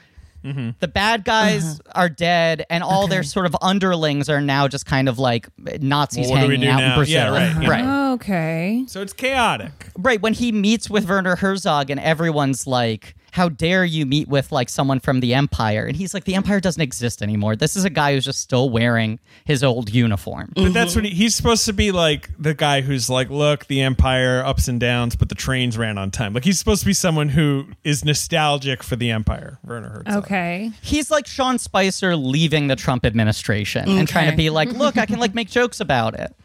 Speaker 5: Mm-hmm.
Speaker 4: the bad guys are dead and all their sort of underlings are now just kind of like nazis
Speaker 5: Well, what do we
Speaker 4: hanging
Speaker 5: do
Speaker 4: out in
Speaker 5: now?
Speaker 4: brazil
Speaker 5: Yeah, right, you
Speaker 4: right
Speaker 3: Okay.
Speaker 5: So it's chaotic.
Speaker 4: right when he meets with werner herzog and everyone's like how dare you meet with like someone from the Empire? And he's like, the Empire doesn't exist anymore. This is a guy who's just still wearing his old uniform.
Speaker 5: But that's when he, he's supposed to be like the guy who's like, look, the empire ups and downs, but the trains ran on time. Like he's supposed to be someone who is nostalgic for the empire. Werner Herzog.
Speaker 3: Okay.
Speaker 4: He's like Sean Spicer leaving the Trump administration and trying to
Speaker 2: Okay.
Speaker 4: be like, look, I can like make jokes about
Speaker 2: [LAUGHS]
Speaker 4: it.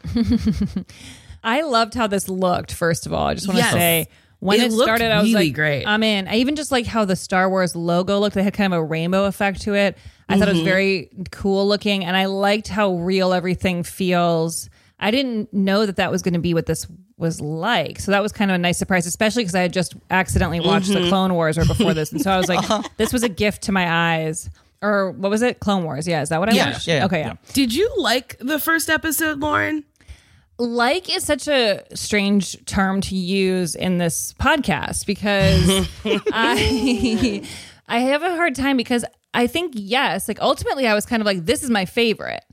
Speaker 3: I loved how this looked. First of all, I just want to
Speaker 2: Yes.
Speaker 3: say when
Speaker 2: It
Speaker 3: it,
Speaker 2: looked
Speaker 3: started, I was
Speaker 2: really
Speaker 3: like,
Speaker 2: great.
Speaker 3: "I'm in." I even just like how the Star Wars logo looked. They had kind of a rainbow effect to it. I thought it was very cool looking, and I liked how real everything feels. I didn't know that that was going to be what this was like, so that was kind of a nice surprise, especially because I had just accidentally watched the Clone Wars right before this, and so I was like, "This was a gift to my eyes." Or what was it? Clone Wars. Yeah, is that what I
Speaker 4: Yeah,
Speaker 3: watched?
Speaker 4: yeah, yeah.
Speaker 3: okay, yeah.
Speaker 2: Did you like the first episode, Lauren?
Speaker 3: like is such a strange term to use in this podcast because
Speaker 2: [LAUGHS]
Speaker 3: I I have a hard time because I think yes, like ultimately I was kind of like this is my favorite,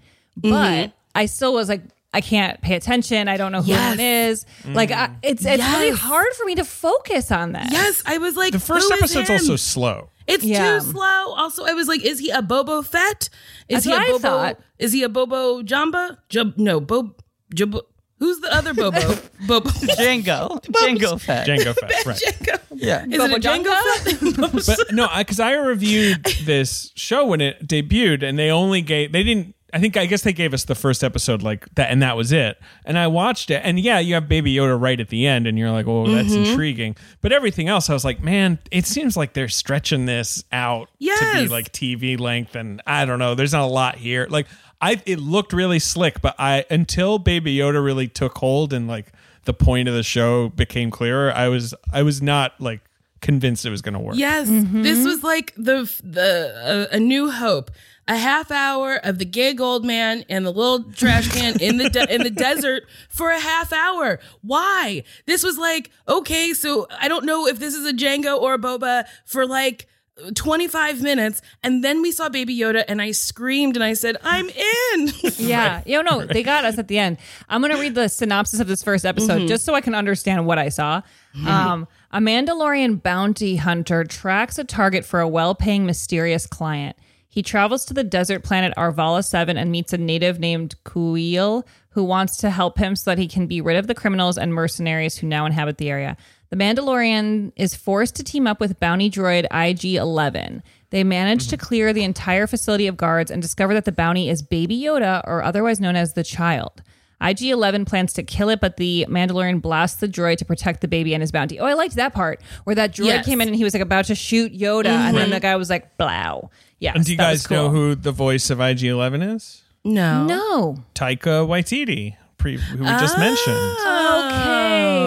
Speaker 2: Mm-hmm.
Speaker 3: but I still was like I can't pay attention. I don't know who
Speaker 2: Yes.
Speaker 3: it is. Like I, it's it's really
Speaker 2: Yes.
Speaker 3: hard for me to focus on this.
Speaker 2: Yes, I was like,
Speaker 5: The first
Speaker 2: who is
Speaker 5: episode's
Speaker 2: him?
Speaker 5: also slow.
Speaker 2: It's
Speaker 3: Yeah.
Speaker 2: too slow. Also, I was like, is he a Bobo Fett? Is
Speaker 3: That's
Speaker 2: he a
Speaker 3: what I
Speaker 2: Bobo?
Speaker 3: thought.
Speaker 2: Is he a Bobo Jamba? Jub, no, Bob. Jub, who's the other Bobo? Bobo.
Speaker 4: Django. Django Fett.
Speaker 5: Django Fett. Right.
Speaker 4: Yeah.
Speaker 2: [LAUGHS] Is it a Django Fett?
Speaker 5: but no, because I, reviewed this show when it debuted, and they only gave they didn't. I think I guess they gave us the first episode like that, and that was it. And I watched it, and yeah, you have Baby Yoda right at the end, and you're like, "Oh, that's intriguing." But everything else, I was like, "Man, it seems like they're stretching this out to be
Speaker 2: Yes.
Speaker 5: like TV length." And I don't know, there's not a lot here. Like, I it looked really slick, but I until Baby Yoda really took hold and like the point of the show became clearer, I was I was not like convinced it was going to work.
Speaker 2: Yes,
Speaker 4: Mm-hmm.
Speaker 2: this was like the the uh, a new hope. A half hour of the gig old man and the little trash can in the de-
Speaker 4: [LAUGHS]
Speaker 2: in the desert for a half hour. Why? This was like okay, so I don't know if this is a Django or a Boba for like 25 minutes and then we saw baby Yoda and I screamed and I said, "I'm
Speaker 4: [LAUGHS]
Speaker 2: in."
Speaker 3: Yeah. You know, no, they got us at the end. I'm going to read the synopsis of this first episode just so I can understand what I saw. Um, a Mandalorian bounty hunter tracks a target for a well paying, mysterious client. He travels to the desert planet Arvala 7 and meets a native named Kuil who wants to help him so that he can be rid of the criminals and mercenaries who now inhabit the area. The Mandalorian is forced to team up with bounty droid IG 11. They manage to clear the entire facility of guards and discover that the bounty is Baby Yoda, or otherwise known as the Child. IG 11 plans to kill it, but the Mandalorian blasts the droid to protect the baby and his bounty. Oh, I liked that part where that droid
Speaker 2: Yes.
Speaker 3: came in and he was like about to shoot Yoda, and then the guy was like, blow. Yeah.
Speaker 5: And do you guys know who the voice of IG Eleven is?
Speaker 2: No.
Speaker 3: No.
Speaker 5: Taika Waititi, pre, who we just mentioned.
Speaker 3: Ah. Okay.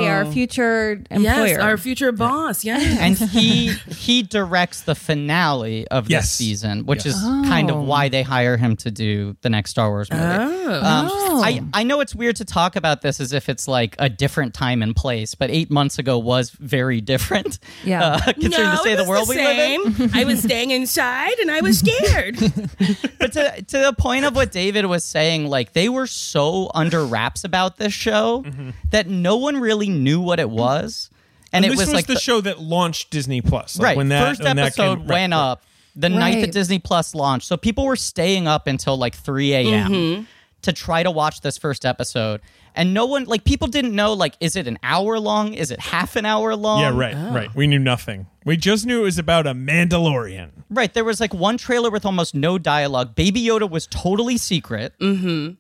Speaker 3: Our future employer.
Speaker 2: Yes, our future boss. Yes.
Speaker 4: and
Speaker 2: [LAUGHS]
Speaker 4: he he directs the finale of this
Speaker 5: Yes.
Speaker 4: season, which is kind of why they hire him to do the next Star Wars movie.
Speaker 2: Oh.
Speaker 4: Um, I I know it's weird to talk about this as if it's like a different time and place, but eight months ago was very [LAUGHS] different.
Speaker 3: Yeah.
Speaker 4: uh, considering the state
Speaker 2: it
Speaker 4: of the
Speaker 2: was
Speaker 4: world we live in.
Speaker 2: same. I was staying inside and I was scared.
Speaker 4: [LAUGHS] but to, to the point of what David was saying, like they were so under wraps about this show
Speaker 5: Mm-hmm.
Speaker 4: that no one really knew what it was, and, it
Speaker 5: this
Speaker 4: was, like
Speaker 5: the, show that launched Disney Plus. Like,
Speaker 4: right
Speaker 5: when that
Speaker 4: first
Speaker 5: when that
Speaker 4: episode
Speaker 5: came- right,
Speaker 4: went
Speaker 5: right.
Speaker 4: up the night
Speaker 3: Right.
Speaker 4: that Disney Plus launched, so people were staying up until like 3 a.m. to try to watch this first episode, and no one like people didn't know like is it an hour long, is it half an hour long?
Speaker 5: Yeah, right,
Speaker 3: Oh.
Speaker 5: right. We knew nothing. We just knew it was about a Mandalorian.
Speaker 4: Right. There was like one trailer with almost no dialogue. Baby Yoda was totally secret. Mm-hmm.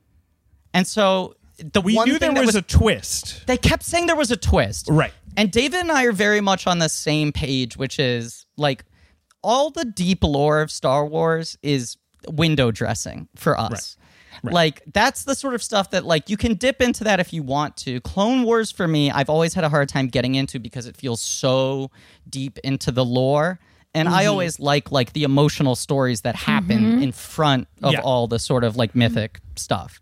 Speaker 4: And so the
Speaker 5: We
Speaker 4: one
Speaker 5: knew
Speaker 4: thing
Speaker 5: there was,
Speaker 4: that was
Speaker 5: a twist.
Speaker 4: they kept saying there was a twist.
Speaker 5: Right.
Speaker 4: And David and I are very much on the same page, which is like all the deep lore of Star Wars is window dressing for us. Like that's the sort of stuff that like you can dip into that if you want to. Clone Wars for me, I've always had a hard time getting into because it feels so deep into the lore. And I
Speaker 5: Mm-hmm.
Speaker 4: always like like the emotional stories that happen in front of
Speaker 5: Yeah.
Speaker 4: all the sort of like mythic stuff.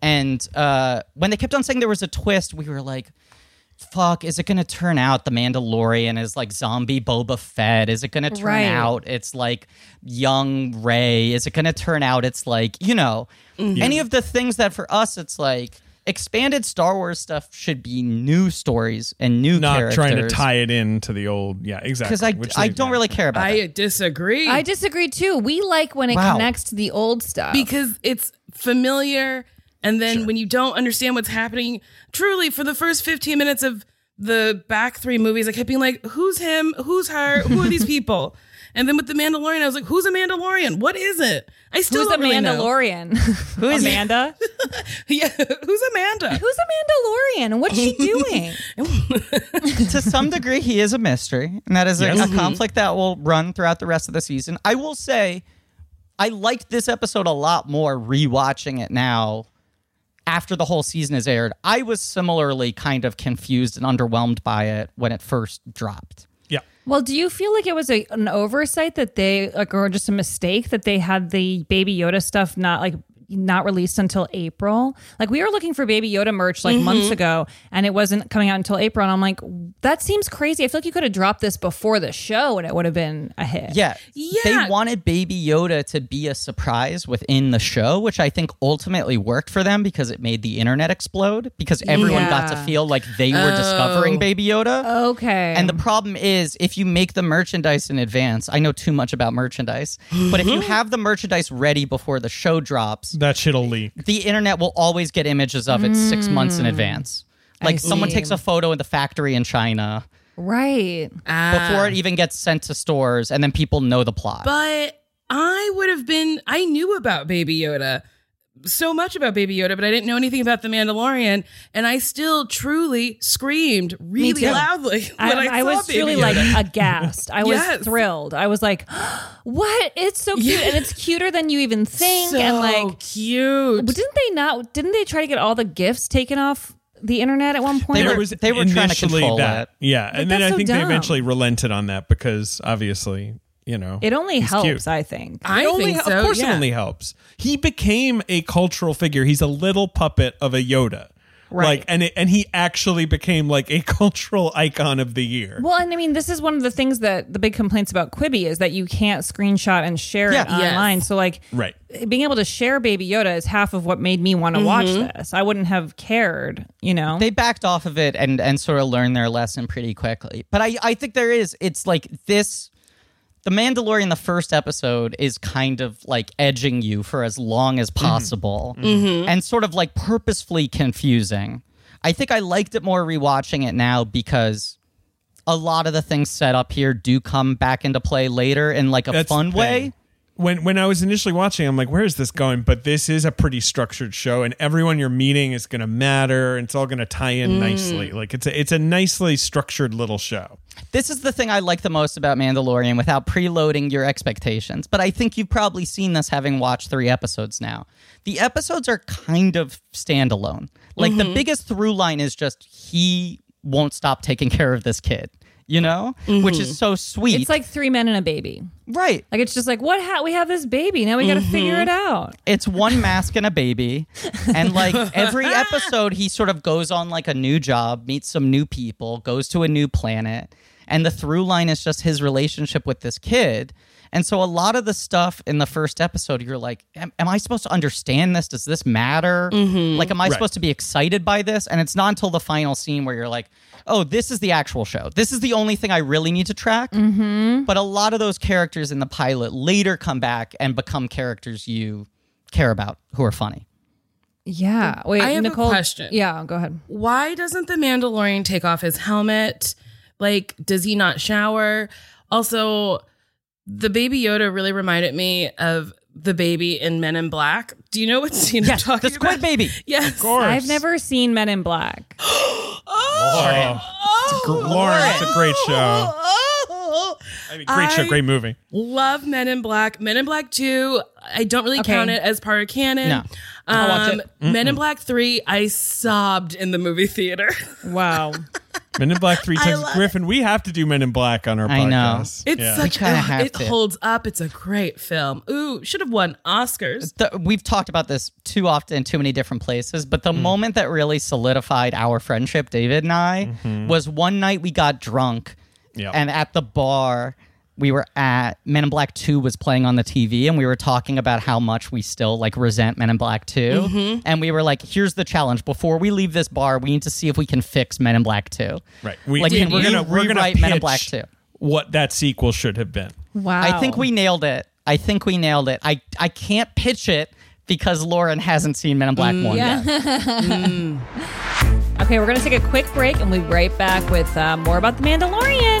Speaker 4: And uh, when they kept on saying there was a twist, we were like, fuck, is it going to turn out the Mandalorian is like zombie Boba Fett? Is it going to turn
Speaker 3: Right.
Speaker 4: out it's like young Ray? Is it going to turn out it's like, you know, any of the things that for us it's like, expanded Star Wars stuff should be new stories and new
Speaker 5: Not
Speaker 4: characters.
Speaker 5: trying to tie it into the old. Yeah, exactly.
Speaker 4: because I,
Speaker 5: which
Speaker 4: I
Speaker 5: they-
Speaker 4: don't
Speaker 5: yeah.
Speaker 4: really care about.
Speaker 2: I
Speaker 4: that.
Speaker 2: disagree.
Speaker 3: I disagree too. We like when it
Speaker 4: Wow.
Speaker 3: connects to the old stuff.
Speaker 2: because it's familiar and then when you don't understand what's happening truly for the first 15 minutes of the back three movies i kept being like who's him who's her who
Speaker 4: [LAUGHS]
Speaker 2: are these people and then with the mandalorian i was like who's a mandalorian what is it i still
Speaker 3: who's a
Speaker 2: don't really know.
Speaker 3: Mandalorian? Who is Amanda?
Speaker 2: [LAUGHS] yeah who's amanda
Speaker 3: Who's a Mandalorian? and What's
Speaker 2: [LAUGHS]
Speaker 3: she doing?
Speaker 4: to some degree, he is a mystery, and that is a,
Speaker 5: Yes.
Speaker 4: a conflict that will run throughout the rest of the season. I will say, I liked this episode a lot more rewatching it now. After the whole season is aired, I was similarly kind of confused and underwhelmed by it when it first dropped.
Speaker 5: Yeah.
Speaker 3: well, do you feel like it was a, an oversight that they like, or just a mistake that they had the Baby Yoda stuff not like not released until April? Like we were looking for Baby Yoda merch like months
Speaker 2: Mm-hmm.
Speaker 3: ago, and it wasn't coming out until April. And I'm like, that seems crazy. I feel like you could have dropped this before the show, and it would have been a hit.
Speaker 4: Yeah.
Speaker 2: Yeah.
Speaker 4: They wanted Baby Yoda to be a surprise within the show, which I think ultimately worked for them because it made the internet explode because everyone got to
Speaker 3: Yeah. Oh.
Speaker 4: feel like they were discovering Baby Yoda.
Speaker 3: Okay.
Speaker 4: And the problem is, if you make the merchandise in advance, I know too much about merchandise, but if you have the merchandise ready before the show drops,
Speaker 5: That shit'll leak.
Speaker 4: the internet will always get images of it six months in advance. Like someone
Speaker 3: see.
Speaker 4: takes a photo in the factory in China
Speaker 3: right.
Speaker 2: Ah.
Speaker 4: before it e- even gets sent to stores, and then people know the plot.
Speaker 2: but i would have been i knew about baby yoda so much about baby yoda but i didn't know anything about the mandalorian and i still truly screamed really
Speaker 3: too.
Speaker 2: loudly [LAUGHS] when i,
Speaker 3: I, I
Speaker 2: saw
Speaker 3: was
Speaker 2: baby
Speaker 3: truly
Speaker 2: Yoda.
Speaker 3: like aghast. I was
Speaker 2: Yes.
Speaker 3: thrilled. I was like, [GASPS] "What? It's so cute, and it's cuter than you even think." and like,
Speaker 2: cute.
Speaker 3: didn't they not? Didn't they try to get all the gifts taken off the internet at one point?
Speaker 4: They
Speaker 5: There
Speaker 4: were-
Speaker 5: was
Speaker 4: they were trying to
Speaker 5: initially
Speaker 4: control
Speaker 5: that. Yeah, and then I
Speaker 3: that's so
Speaker 5: think they
Speaker 3: dumb.
Speaker 5: eventually relented on that because obviously, you know,
Speaker 3: it only
Speaker 5: he's
Speaker 3: helps,
Speaker 5: cute.
Speaker 3: I think.
Speaker 2: I
Speaker 5: It only,
Speaker 2: think so.
Speaker 5: of course,
Speaker 2: yeah.
Speaker 5: it only helps. He became a cultural figure. He's a little puppet of a Yoda,
Speaker 3: Right.
Speaker 5: Like, and it, and he actually became like a [LAUGHS] cultural icon of the year.
Speaker 3: Well, and I mean, this is one of the things that the big complaints about Quibi is that you can't screenshot and share it
Speaker 4: Yeah.
Speaker 2: Yes.
Speaker 3: online. So, like,
Speaker 5: Right.
Speaker 3: being able to share Baby Yoda is half of what made me want to watch
Speaker 2: Mm-hmm.
Speaker 3: this. I wouldn't have cared, you know?
Speaker 4: they backed off of it and and sort of learned their lesson pretty quickly. But I I think there is it's like this the Mandalorian the first episode is kind of like edging you for as long as possible and sort of like purposefully confusing. I think I liked it more rewatching it now because a lot of the things set up here do come back into play later in like a
Speaker 5: That's
Speaker 4: fun
Speaker 5: the
Speaker 4: way.
Speaker 5: thing. When when I was initially watching, I'm like, where is this going? But this is a pretty structured show, and everyone you're meeting is going to matter, and it's all going to tie in nicely. Like it's a it's a nicely structured little show.
Speaker 4: This is the thing I like the most about Mandalorian without preloading your expectations. But I think you've probably seen this having watched three episodes now. The episodes are kind of standalone. Like
Speaker 3: Mm-hmm.
Speaker 4: the biggest through line is just he won't stop taking care of this kid, you know? Which is so sweet.
Speaker 3: Mm-hmm. it's like three men and a baby.
Speaker 4: right.
Speaker 3: Like it's just like what hat we have this baby now we got to
Speaker 2: Mm-hmm.
Speaker 3: figure it out.
Speaker 4: it's one mask and a baby and like every episode he sort of goes on like a new job meets some new people goes to a new planet and the through line is just his relationship with this kid and so a lot of the stuff in the first episode you're like am, am i supposed to understand this does this matter like am i supposed to be excited by this and it's not until the final scene where you're like oh this is the actual show this is the only thing i really need to track but a lot of those characters in the pilot later come back and become characters you care about who are funny.
Speaker 3: Yeah. Wait,
Speaker 2: I have a
Speaker 3: Nicole.
Speaker 2: question.
Speaker 3: Yeah, go ahead.
Speaker 2: Why doesn't the Mandalorian take off his helmet? Like, does he not shower? Also, the baby Yoda really reminded me of the baby in Men in Black. Do you know what scene I'm [LAUGHS] talking
Speaker 4: The squid
Speaker 2: about?
Speaker 4: baby.
Speaker 2: Yes.
Speaker 3: I've never seen Men in
Speaker 2: [GASPS]
Speaker 3: Black.
Speaker 5: Lauren, it's a, gr- Lauren, it's a great show.
Speaker 2: Oh,
Speaker 5: I mean, great
Speaker 2: I-
Speaker 5: show, great movie.
Speaker 2: love Men in Black. Men in Black 2, I don't really count it as part of canon.
Speaker 4: No. I'll watch
Speaker 2: Um,
Speaker 4: it.
Speaker 2: Men in Black 3, I sobbed in the movie theater. [LAUGHS]
Speaker 3: Wow.
Speaker 5: Men in Black three times.
Speaker 2: love
Speaker 5: Griffin, we have to do Men in Black on our
Speaker 4: I know.
Speaker 5: podcast.
Speaker 2: It's
Speaker 5: Yeah.
Speaker 2: such
Speaker 4: kinda
Speaker 2: ugh,
Speaker 4: have
Speaker 2: it
Speaker 4: to.
Speaker 2: holds up. It's a great film. Ooh, should have won Oscars.
Speaker 4: The- we've talked about this too often in too many different places, but the moment that really solidified our friendship, David and I, was one night we got drunk
Speaker 5: Yeah.
Speaker 4: and at the bar. we were at Men in Black 2 was playing on the TV and we were talking about how much we still like resent Men in Black 2 and we were like here's the challenge before we leave this bar we need to see if we can fix Men in Black 2
Speaker 5: Right. We,
Speaker 4: like
Speaker 5: we,
Speaker 4: can
Speaker 5: we're
Speaker 4: we
Speaker 5: gonna we're gonna
Speaker 4: rewrite Men in
Speaker 5: pitch
Speaker 4: Black 2
Speaker 5: What that sequel should have been.
Speaker 3: Wow.
Speaker 4: I think we nailed it I think we nailed it I I can't pitch it because Lauren hasn't seen Men in Black
Speaker 3: Mm,
Speaker 4: 1 yet
Speaker 3: [LAUGHS] Okay, we're going to take a quick break and we'll be right back with uh, more about The Mandalorian.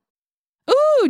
Speaker 8: Ooh,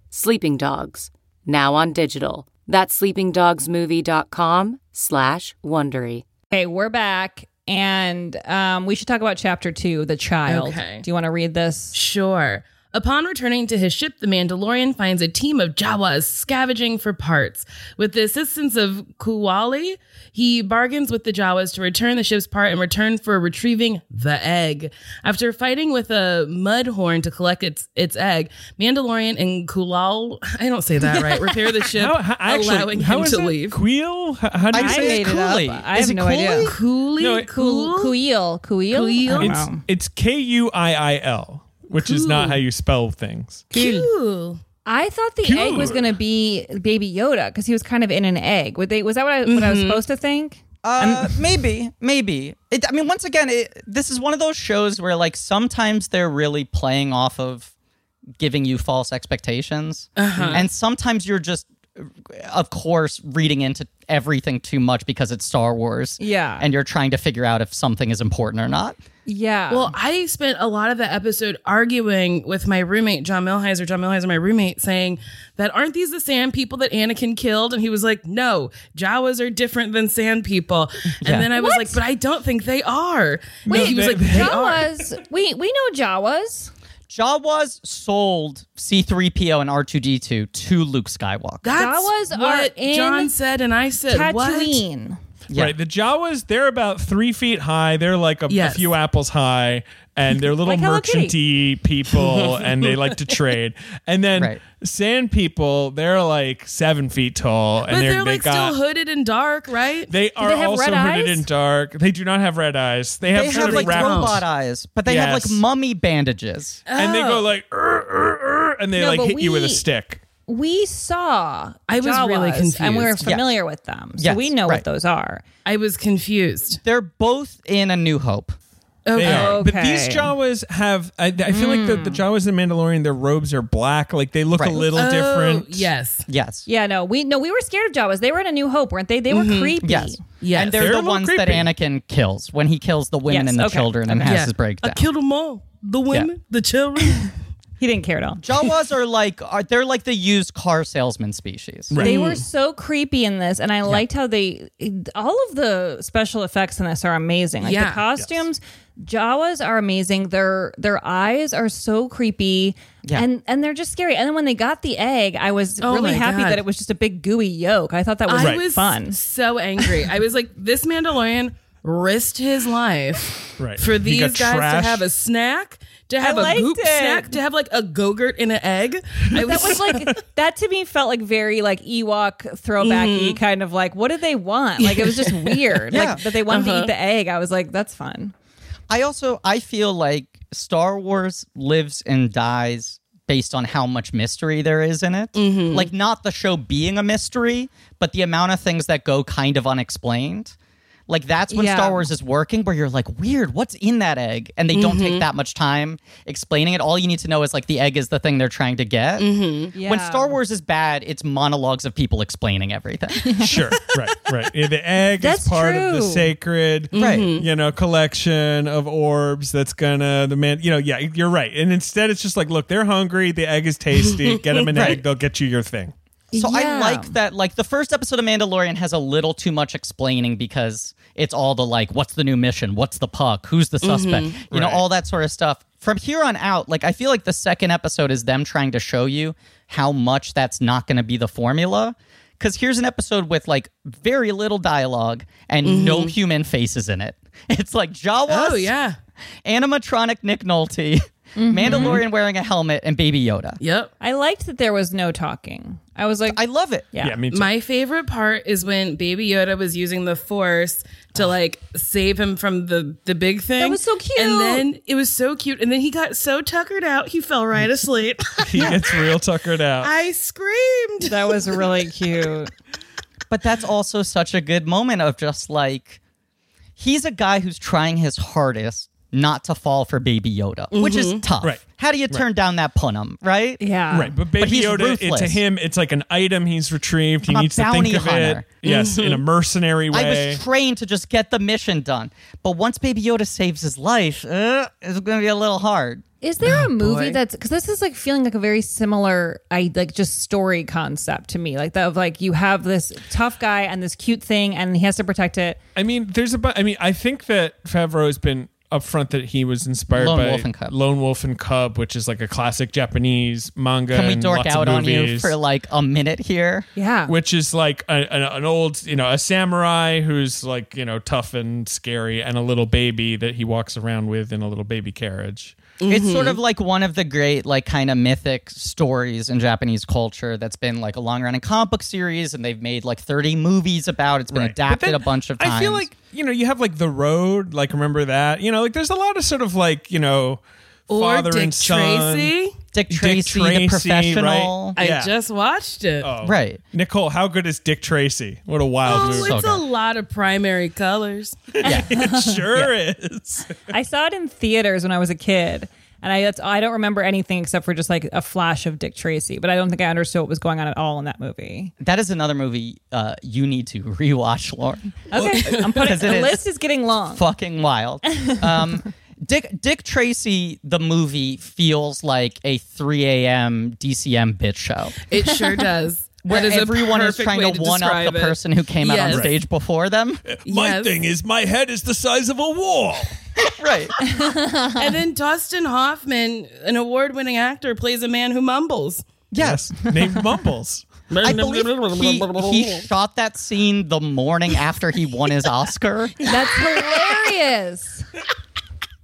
Speaker 8: Sleeping Dogs, now on digital. That's sleepingdogsmovie.com slash Wondery.
Speaker 3: Okay, we're back and um, we should talk about chapter two, The Child.
Speaker 2: Okay.
Speaker 3: Do you want to read this?
Speaker 2: Sure. Upon returning to his ship, the Mandalorian finds a team of Jawas scavenging for parts. With the assistance of Kuwali, he bargains with the Jawas to return the ship's part in return for retrieving the egg. After fighting with a mudhorn to collect its its egg, Mandalorian and Kulal, [LAUGHS] I don't say that right,
Speaker 5: [LAUGHS]
Speaker 2: repair the ship,
Speaker 5: How, how, actually,
Speaker 2: allowing
Speaker 5: how
Speaker 2: him
Speaker 5: is
Speaker 2: to
Speaker 5: it?
Speaker 2: leave.
Speaker 5: Queel? How, how do you
Speaker 4: I
Speaker 5: say
Speaker 4: made
Speaker 5: it?
Speaker 4: it up.
Speaker 5: Cooley.
Speaker 3: I
Speaker 5: Is
Speaker 3: have
Speaker 5: it
Speaker 3: no
Speaker 5: Cooley?
Speaker 3: idea.
Speaker 2: Cooley,
Speaker 5: No, it-
Speaker 2: cool,
Speaker 3: Kuil. Kuil?
Speaker 2: Kuil?
Speaker 3: I don't
Speaker 5: It's
Speaker 3: know.
Speaker 5: it's K U I I L, which is not how you spell things.
Speaker 2: cool.
Speaker 3: I thought the
Speaker 2: Mm-hmm.
Speaker 3: egg was going to be Baby Yoda because he was kind of in an egg. Would they, was that what I, what I was supposed to think?
Speaker 4: Uh, maybe, maybe. It, I mean, once again, it, this is one of those shows where like sometimes they're really playing off of giving you false expectations,
Speaker 2: Uh-huh.
Speaker 4: and sometimes you're just, of course, reading into everything too much because it's Star Wars.
Speaker 3: Yeah.
Speaker 4: and you're trying to figure out if something is important or not.
Speaker 3: Yeah.
Speaker 2: Well, I spent a lot of that episode arguing with my roommate, John Milheiser. John Milheiser, my roommate, saying that aren't these the sand people that Anakin killed? And he was like, no, Jawas are different than sand people.
Speaker 3: Yeah.
Speaker 2: And then I was like, but I don't think they are. And
Speaker 3: Wait,
Speaker 2: he was like, they are.
Speaker 3: Jawas. we we know Jawas.
Speaker 4: Jawas sold C3PO and R2D2 to Luke Skywalker.
Speaker 2: That's
Speaker 3: Jawas
Speaker 2: what
Speaker 3: are in
Speaker 2: John said, and I said, what?
Speaker 3: Tatooine.
Speaker 5: Right. The Jawas, they're about three feet high. They're like a, a
Speaker 2: Yes.
Speaker 5: few apples high, and they're little
Speaker 3: Like Hello Kitty.
Speaker 5: merchanty people, and they like to trade. And then
Speaker 4: Right.
Speaker 5: sand people, they're like seven feet tall,
Speaker 2: But
Speaker 5: and
Speaker 2: they're,
Speaker 5: they're, they
Speaker 2: like
Speaker 5: got.
Speaker 2: still hooded and dark, right?
Speaker 5: they are
Speaker 3: they have
Speaker 5: also
Speaker 3: red
Speaker 5: hooded
Speaker 3: eyes?
Speaker 5: and dark. They do not have red eyes. They have
Speaker 4: They
Speaker 5: sort
Speaker 4: have
Speaker 5: of
Speaker 4: like
Speaker 5: wrapped,
Speaker 4: robot eyes, but they have
Speaker 5: Yes.
Speaker 4: like mummy bandages.
Speaker 5: and they go like, "Ur, ur, ur," and they
Speaker 3: No,
Speaker 5: like
Speaker 3: but
Speaker 5: hit you with a
Speaker 3: we-
Speaker 5: stick.
Speaker 3: We saw.
Speaker 2: I was really
Speaker 3: Jawas, and we are
Speaker 2: confused.
Speaker 3: familiar with them, so
Speaker 4: Yes,
Speaker 3: we know what
Speaker 4: right.
Speaker 3: those are.
Speaker 2: I was confused.
Speaker 4: They're both in A New Hope.
Speaker 2: Okay.
Speaker 5: They are. But these
Speaker 3: Okay.
Speaker 5: Jawas have, I, I feel like the, the Jawas and Mandalorian, their robes are black. Like they look
Speaker 4: Right.
Speaker 5: a little
Speaker 2: Oh,
Speaker 5: different.
Speaker 2: Yes.
Speaker 4: Yes.
Speaker 3: Yeah, no, we no, we were scared of Jawas. They were in A New Hope, weren't they? They were creepy.
Speaker 4: Yes.
Speaker 2: Mm-hmm. Yes.
Speaker 4: And they're,
Speaker 5: They're a
Speaker 4: the
Speaker 5: little
Speaker 4: ones that
Speaker 5: creepy.
Speaker 4: Anakin kills when he kills the women
Speaker 3: Yes,
Speaker 4: and the
Speaker 3: okay,
Speaker 4: children and has his breakdown.
Speaker 2: I killed them all. The women, the children.
Speaker 3: He didn't care at all.
Speaker 4: Jawas are like are they're like the used car salesman species.
Speaker 5: Right.
Speaker 3: They
Speaker 2: Mm.
Speaker 3: were so creepy in this, and I liked how they all of the special effects in this are amazing. Like
Speaker 2: Yeah.
Speaker 3: the costumes, Jawas are amazing. Their their eyes are so creepy,
Speaker 4: Yeah.
Speaker 3: and and they're just scary. And then when they got the egg, I was
Speaker 2: Oh
Speaker 3: really
Speaker 2: my
Speaker 3: happy
Speaker 2: God.
Speaker 3: that it was just a big gooey yolk. I thought that was
Speaker 2: I was
Speaker 3: fun.
Speaker 2: so angry. I was like, this Mandalorian risked his life
Speaker 5: Right.
Speaker 2: for
Speaker 5: He
Speaker 2: these
Speaker 5: got
Speaker 2: guys
Speaker 5: trashed.
Speaker 2: to have a snack, to have a
Speaker 3: liked
Speaker 2: goop
Speaker 3: it.
Speaker 2: snack, to have like a gogurt and an egg.
Speaker 5: [LAUGHS]
Speaker 2: I
Speaker 3: That was
Speaker 2: [LAUGHS]
Speaker 3: like that to me felt like very like Ewok throwbacky
Speaker 2: Mm-hmm.
Speaker 3: kind of like what did they want? Like it was
Speaker 2: [LAUGHS]
Speaker 3: just weird.
Speaker 4: Yeah.
Speaker 3: Like that they wanted
Speaker 2: Uh-huh.
Speaker 3: to eat the egg. I was like, that's fun.
Speaker 4: I also I feel like Star Wars lives and dies based on how much mystery there is in it.
Speaker 3: Mm-hmm.
Speaker 4: Like not the show being a mystery, but the amount of things that go kind of unexplained. Like that's when
Speaker 3: Yeah.
Speaker 4: Star Wars is working where you're like, "Weird, what's in that egg?" and they don't take
Speaker 3: Mm-hmm.
Speaker 4: that much time explaining it. All you need to know is like the egg is the thing they're trying to get.
Speaker 3: Mm-hmm. Yeah.
Speaker 4: When Star Wars is bad, it's monologues of people explaining
Speaker 3: [LAUGHS]
Speaker 4: everything.
Speaker 5: Sure. Right. Right. Yeah, the egg
Speaker 3: That's
Speaker 5: is part of the
Speaker 3: true.
Speaker 5: sacred,
Speaker 4: Mm-hmm. Right.
Speaker 5: You know, collection of orbs. That's gonna the man. You know. Yeah. You're right. And instead, it's just like, look, they're hungry. The egg is
Speaker 4: [LAUGHS]
Speaker 5: tasty. Get them an egg. They'll get you your thing.
Speaker 4: So
Speaker 3: Yeah.
Speaker 4: I like that. Like the first episode of Mandalorian has a little too much explaining because it's all the like, what's the new mission? What's the puck? Who's the suspect?
Speaker 2: Mm-hmm.
Speaker 4: You know,
Speaker 5: Right.
Speaker 4: all that sort of stuff. From here on out, like I feel like the second episode is them trying to show you how much that's not going to be the formula. Because here's an episode with like very little dialogue and no human faces in it. [LAUGHS] It's like Jawas,
Speaker 2: Mm-hmm. oh yeah, Mm-hmm.
Speaker 4: animatronic Nick Nolte, Mandalorian wearing a helmet, and Baby Yoda.
Speaker 2: yep.
Speaker 3: I liked that there was no talking. I was like,
Speaker 4: I love it.
Speaker 3: yeah.
Speaker 5: Yeah. me too.
Speaker 2: My favorite part is when Baby Yoda was using the Force
Speaker 5: Ah.
Speaker 2: to like save him from the the big thing.
Speaker 3: was so cute.
Speaker 2: And then it was so cute. And then he got so tuckered out, he fell right
Speaker 5: [LAUGHS]
Speaker 2: asleep.
Speaker 5: [LAUGHS] he gets real tuckered out.
Speaker 2: I screamed.
Speaker 3: that was really cute.
Speaker 4: But that's also such a good moment of just like he's a guy who's trying his hardest not to fall for Baby Yoda, which is tough.
Speaker 5: Right.
Speaker 4: How do you turn down that punum, right?
Speaker 3: Yeah.
Speaker 5: Right, but Baby
Speaker 4: he's
Speaker 5: Yoda, it, to
Speaker 4: ruthless.
Speaker 5: him, it's like an item he's retrieved. He
Speaker 4: I'm a
Speaker 5: needs to think
Speaker 4: bounty
Speaker 5: of
Speaker 4: hunter. Mm-hmm.
Speaker 5: it. Yes, in a mercenary
Speaker 4: I
Speaker 5: way.
Speaker 4: was trained to just get the mission done, but once Baby Yoda saves his life, uh, it's going to be a little hard.
Speaker 3: Is there a movie
Speaker 2: boy.
Speaker 3: that's because this is like feeling like a very similar, I like just story concept to me, like that of like you have this tough guy and this cute thing, and he has to protect it.
Speaker 5: I mean, there's a. bu- I mean, I think that Favreau's been upfront that he was inspired
Speaker 4: Lone
Speaker 5: by
Speaker 4: Wolf and Cub.
Speaker 5: Lone Wolf and Cub, which is like a classic Japanese manga.
Speaker 4: Can we
Speaker 5: and
Speaker 4: dork
Speaker 5: lots of
Speaker 4: out on you
Speaker 5: movies.
Speaker 4: for like a minute here?
Speaker 3: Yeah,
Speaker 5: which is like a, an, an old, you know, a samurai who's like, you know, tough and scary and a little baby that he walks around with in a little baby carriage.
Speaker 4: It's
Speaker 2: Mm-hmm.
Speaker 4: sort of like one of the great, like, kind of mythic stories in Japanese culture that's been like a long running comic book series, and they've made like 30 movies about. It's been
Speaker 5: Right. But
Speaker 4: adapted
Speaker 5: then
Speaker 4: a bunch of times.
Speaker 5: I feel like, you know, you have like The Road, like, remember that? You know, like there's a lot of sort of like, you know,
Speaker 2: Or
Speaker 5: father
Speaker 2: Dick
Speaker 5: and son.
Speaker 2: Tracy.
Speaker 4: Dick Tracy, the professional.
Speaker 2: I just watched it.
Speaker 5: Oh.
Speaker 4: Right.
Speaker 5: Nicole, how good is Dick Tracy? What a wild
Speaker 2: Oh,
Speaker 5: movie.
Speaker 2: it's a lot of primary colors. [LAUGHS]
Speaker 5: it sure is.
Speaker 3: I saw it in theaters when I was a kid. And I, that's, I don't remember anything except for just like a flash of Dick Tracy, but I don't think I understood what was going on at all in that movie.
Speaker 4: That is another movie uh, you need to [LAUGHS] rewatch, Lauren. [LAUGHS]
Speaker 3: Okay, I'm putting
Speaker 4: 'Cause it
Speaker 3: the
Speaker 4: is-
Speaker 3: list is getting long.
Speaker 4: fucking wild. Um, Dick Dick Tracy, the movie feels like a 3 a.m. DCM bitch show.
Speaker 2: It sure [LAUGHS] does.
Speaker 4: Where
Speaker 2: That is a
Speaker 4: everyone is
Speaker 2: perfect
Speaker 4: trying
Speaker 2: way
Speaker 4: to, one up
Speaker 2: describe
Speaker 4: the
Speaker 2: it.
Speaker 4: person who came out
Speaker 2: Yes.
Speaker 4: on stage before them.
Speaker 5: My thing is, my head is the size of a wall.
Speaker 4: right.
Speaker 2: [LAUGHS] and then Dustin Hoffman, an award-winning actor, plays a man who mumbles.
Speaker 4: Yes.
Speaker 5: Named Mumbles.
Speaker 4: [LAUGHS] I believe he, he shot that scene the morning after he won his Oscar.
Speaker 3: That's hilarious.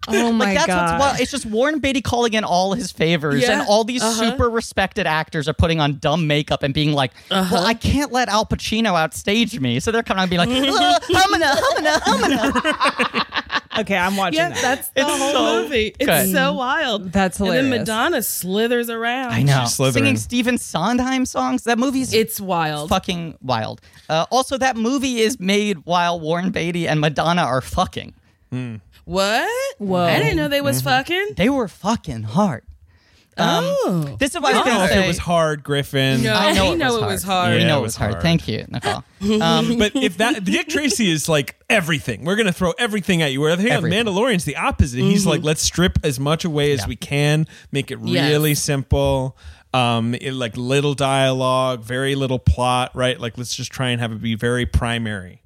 Speaker 3: Oh my
Speaker 4: like that's what's
Speaker 3: god!
Speaker 4: wild. It's just Warren Beatty calling in all his favors,
Speaker 3: Yeah.
Speaker 4: and all these
Speaker 3: Uh-huh.
Speaker 4: super respected actors are putting on dumb makeup and being like, "Well, I can't let Al Pacino outstage me," so they're coming out and being like, "Uh, "Humana, humana, humana."
Speaker 3: okay, I'm watching
Speaker 2: Yeah,
Speaker 3: that.
Speaker 2: that's the whole
Speaker 4: so
Speaker 2: movie. It's
Speaker 4: good.
Speaker 2: so
Speaker 4: Mm.
Speaker 2: wild.
Speaker 3: That's
Speaker 2: And
Speaker 3: hilarious.
Speaker 2: then Madonna slithers around.
Speaker 4: I know,
Speaker 5: slithering.
Speaker 4: singing Stephen Sondheim songs. That movie's
Speaker 2: It's wild.
Speaker 4: fucking wild. Uh, also, that movie is made while Warren Beatty and Madonna are fucking.
Speaker 2: What?
Speaker 3: Whoa.
Speaker 2: I didn't know they was
Speaker 4: Mm-hmm.
Speaker 2: fucking.
Speaker 4: They were fucking hard. Um,
Speaker 2: Oh.
Speaker 4: This is why I was
Speaker 5: I don't know
Speaker 4: gonna
Speaker 5: if
Speaker 4: say.
Speaker 5: it was hard, Griffin.
Speaker 2: No, [LAUGHS]
Speaker 4: I know
Speaker 2: we
Speaker 4: it
Speaker 2: know
Speaker 4: was
Speaker 2: it
Speaker 4: hard.
Speaker 2: was hard.
Speaker 4: We
Speaker 5: Yeah,
Speaker 4: know
Speaker 5: it
Speaker 4: it
Speaker 5: was
Speaker 4: was hard.
Speaker 5: hard.
Speaker 4: Thank you,
Speaker 2: [LAUGHS]
Speaker 4: Nicole. Um,
Speaker 5: but
Speaker 4: [LAUGHS]
Speaker 5: if that Dick Tracy is like everything, we're gonna throw everything at you. Where I think
Speaker 4: Everything. Mm-hmm.
Speaker 5: Mandalorian's the opposite. He's like, let's strip as much away as we can, make it
Speaker 2: Yes.
Speaker 5: really simple. Um, it- like little dialogue, very little plot, right? Like let's just try and have it be very primary.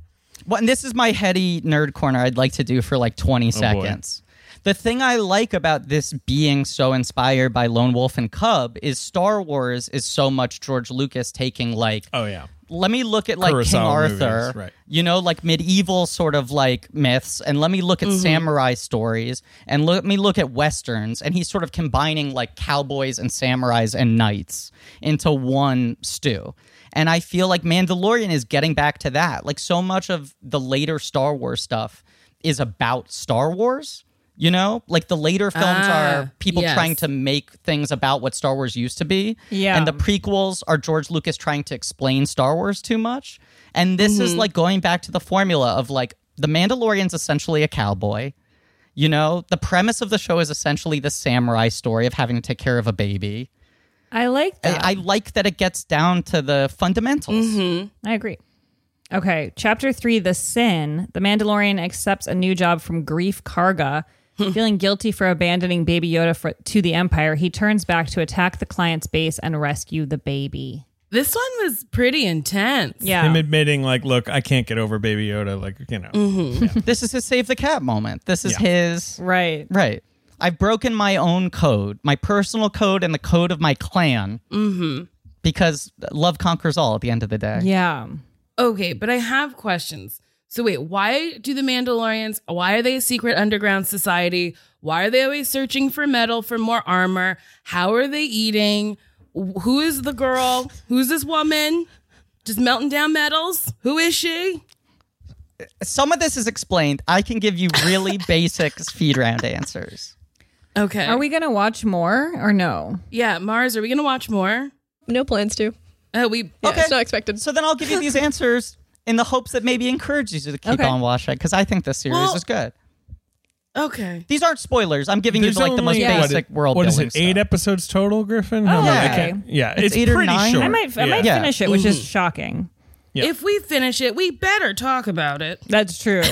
Speaker 4: Well, and this is my heady nerd corner I'd like to do for like 20
Speaker 5: boy.
Speaker 4: seconds. The thing I like about this being so inspired by Lone Wolf and Cub is Star Wars is so much George Lucas taking like
Speaker 5: Oh yeah,
Speaker 4: let me look at like King
Speaker 5: Kurosawa movies,
Speaker 4: Arthur,
Speaker 5: right.
Speaker 4: you know, like medieval sort of like myths, and let me look at samurai stories, and let me look at westerns, and he's sort of combining like cowboys and samurais and knights into one stew. And I feel like Mandalorian is getting back to that. Like so much of the later Star Wars stuff is about Star Wars. You know, like the later films
Speaker 2: Ah,
Speaker 4: are people
Speaker 2: yes.
Speaker 4: trying to make things about what Star Wars used to be.
Speaker 3: Yeah.
Speaker 4: And the prequels are George Lucas trying to explain Star Wars too much. And this is like going back to the formula of like the Mandalorian's essentially a cowboy. You know, the premise of the show is essentially the samurai story of having to take care of a baby.
Speaker 3: I like
Speaker 4: I-
Speaker 3: that.
Speaker 4: I,
Speaker 3: I,
Speaker 4: like that it gets down to the fundamentals.
Speaker 3: agree. Okay, chapter three: the sin. The Mandalorian accepts a new job from Grief Karga. Feeling guilty for abandoning Baby Yoda for, to the Empire, he turns back to attack the client's base and rescue the baby.
Speaker 2: This one was pretty intense.
Speaker 3: Yeah,
Speaker 5: him admitting like, look, I can't get over Baby Yoda. Like you know,
Speaker 4: Mm-hmm. This is his save the cat moment. This is his
Speaker 3: right.
Speaker 4: Right. I've broken my own code, my personal code, and the code of my clan. Mm-hmm. Because love conquers all at the end of the day.
Speaker 3: Yeah.
Speaker 2: Okay, but I have questions. So wait, why do the Mandalorians? Why are they a secret underground society? Why are they always searching for metal for more armor? How are they eating? Wh- Who is the girl? Who's this woman? Just melting down metals? Who is she?
Speaker 4: Some of this is explained. I can give you really basic speed round answers.
Speaker 2: Okay.
Speaker 3: Are we gonna watch more or no?
Speaker 2: Yeah, Mars. Are we gonna watch more?
Speaker 7: No plans to.
Speaker 2: Uh, we.
Speaker 7: Yeah, It's not expected.
Speaker 4: So then I'll give you these answers in the hopes that maybe encourage you to keep
Speaker 3: Okay.
Speaker 4: on watching because I think this series
Speaker 2: Well-
Speaker 4: is good.
Speaker 2: Okay.
Speaker 4: These aren't spoilers. I'm giving you
Speaker 5: There's
Speaker 4: the, like the most
Speaker 5: only, what,
Speaker 4: basic world
Speaker 5: What is
Speaker 4: building
Speaker 5: it? Eight
Speaker 4: stuff.
Speaker 5: episodes total, Griffin. How
Speaker 3: Oh,
Speaker 5: many- I
Speaker 4: okay.
Speaker 5: can't- yeah,
Speaker 4: It's
Speaker 5: it's,
Speaker 4: eight or
Speaker 5: pretty
Speaker 4: nine?
Speaker 5: short.
Speaker 3: I might I
Speaker 5: Yeah.
Speaker 3: might
Speaker 4: Yeah.
Speaker 3: finish it, which is shocking.
Speaker 5: Yeah.
Speaker 2: If we finish it, we better talk about it.
Speaker 3: That's true.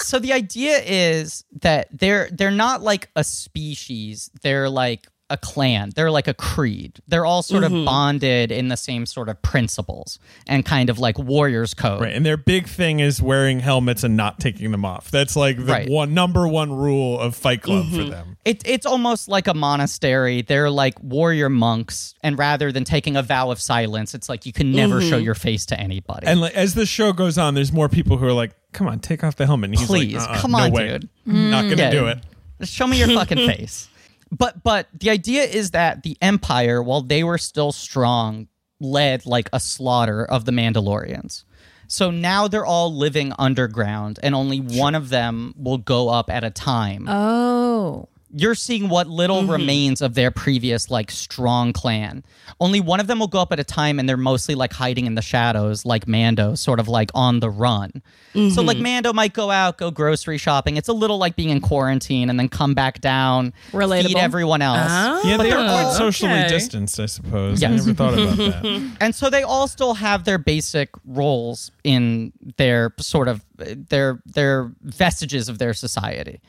Speaker 4: so the idea is that they're they're not like a species they're like a clan they're like a creed they're all sort of
Speaker 5: Mm-hmm.
Speaker 4: bonded in the same sort of principles and kind of like warriors code
Speaker 5: Right, and their big thing is wearing helmets and not taking them off. That's like the
Speaker 4: Right. Mm-hmm.
Speaker 5: one number one rule of Fight Club for them.
Speaker 4: It, it's almost like a monastery. They're like warrior monks, and rather than taking a vow of silence, it's like you can never show your face to anybody.
Speaker 5: Mm-hmm. And like, as the show goes on, there's more people who are like, "Come on, take off the helmet." And he's like,
Speaker 4: Please,
Speaker 5: "Uh-uh,
Speaker 4: come
Speaker 5: no
Speaker 4: on,
Speaker 5: way.
Speaker 4: dude." Mm.
Speaker 5: not gonna
Speaker 4: Yeah.
Speaker 5: do it."
Speaker 4: Show me your fucking face. But but the idea is that the Empire, while they were still strong, led like a slaughter of the Mandalorians. So now they're all living underground, and only one of them will go up at a time.
Speaker 3: [LAUGHS] oh.
Speaker 4: you're seeing what little
Speaker 9: Mhm.
Speaker 4: remains of their previous like strong clan. Only one of them will go up at a time and they're mostly like hiding in the shadows like Mando, sort of like on the run. So like
Speaker 9: Mhm.
Speaker 4: Mando might go out, go grocery shopping. It's a little like being in quarantine and then come back down, feed
Speaker 3: Relatable.
Speaker 4: everyone else.
Speaker 5: yeah,
Speaker 4: But
Speaker 5: they
Speaker 4: they're
Speaker 5: are
Speaker 4: all-
Speaker 5: quite socially distanced, I suppose. I never thought
Speaker 4: [LAUGHS]
Speaker 5: about that.
Speaker 4: and so they all still have their basic roles in their sort of their their vestiges of their society.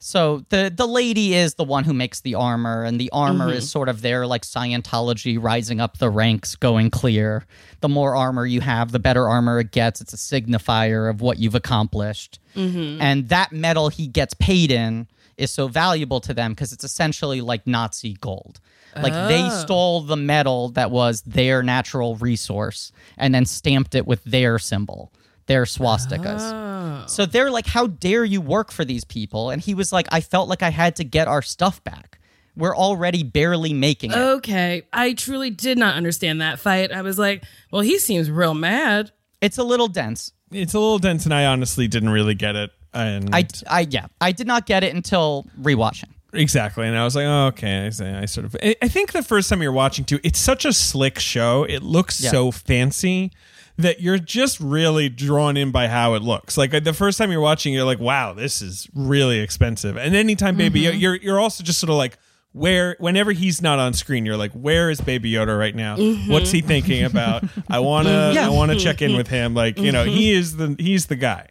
Speaker 4: So the the lady is the one who makes the armor, and the armor
Speaker 9: Mhm.
Speaker 4: is sort of their like Scientology rising up the ranks, going clear. The more armor you have, the better armor it gets. It's a signifier of what you've accomplished.
Speaker 9: Mhm.
Speaker 4: And that metal he gets paid in is so valuable to them because it's essentially like Nazi gold. Like they
Speaker 9: Oh.
Speaker 4: stole the metal that was their natural resource and then stamped it with their symbol, their swastikas. So they're like, How dare you work for these people? And he was like, I felt like I had to get our stuff back. We're already barely making
Speaker 2: Oh.
Speaker 4: it.
Speaker 2: Okay, I truly did not understand that fight. I was like, well, he seems real mad.
Speaker 4: It's a little dense.
Speaker 5: It's a little dense, and I honestly didn't really get it. And
Speaker 4: I, I, yeah, I did not get it until rewatching.
Speaker 5: Exactly. And I was like, oh, okay. I, see. I sort of, I I think the first time you're watching too, it's such a slick show. It looks
Speaker 4: Yeah.
Speaker 5: so fancy that you're just really drawn in by how it looks. Like uh, the first time you're watching, you're like, wow, this is really expensive. And anytime Baby
Speaker 9: Mhm.
Speaker 4: Mm-hmm.
Speaker 5: Yoda, you're, you're also just sort of like, where, whenever he's not on screen, you're like, where is Baby Yoda right now?
Speaker 9: Mhm.
Speaker 5: What's he thinking about? I want to,
Speaker 4: Mm-hmm. [LAUGHS] Yeah.
Speaker 5: I want to check in with him. Like, you know,
Speaker 4: Mhm.
Speaker 5: he is the, he's the guy.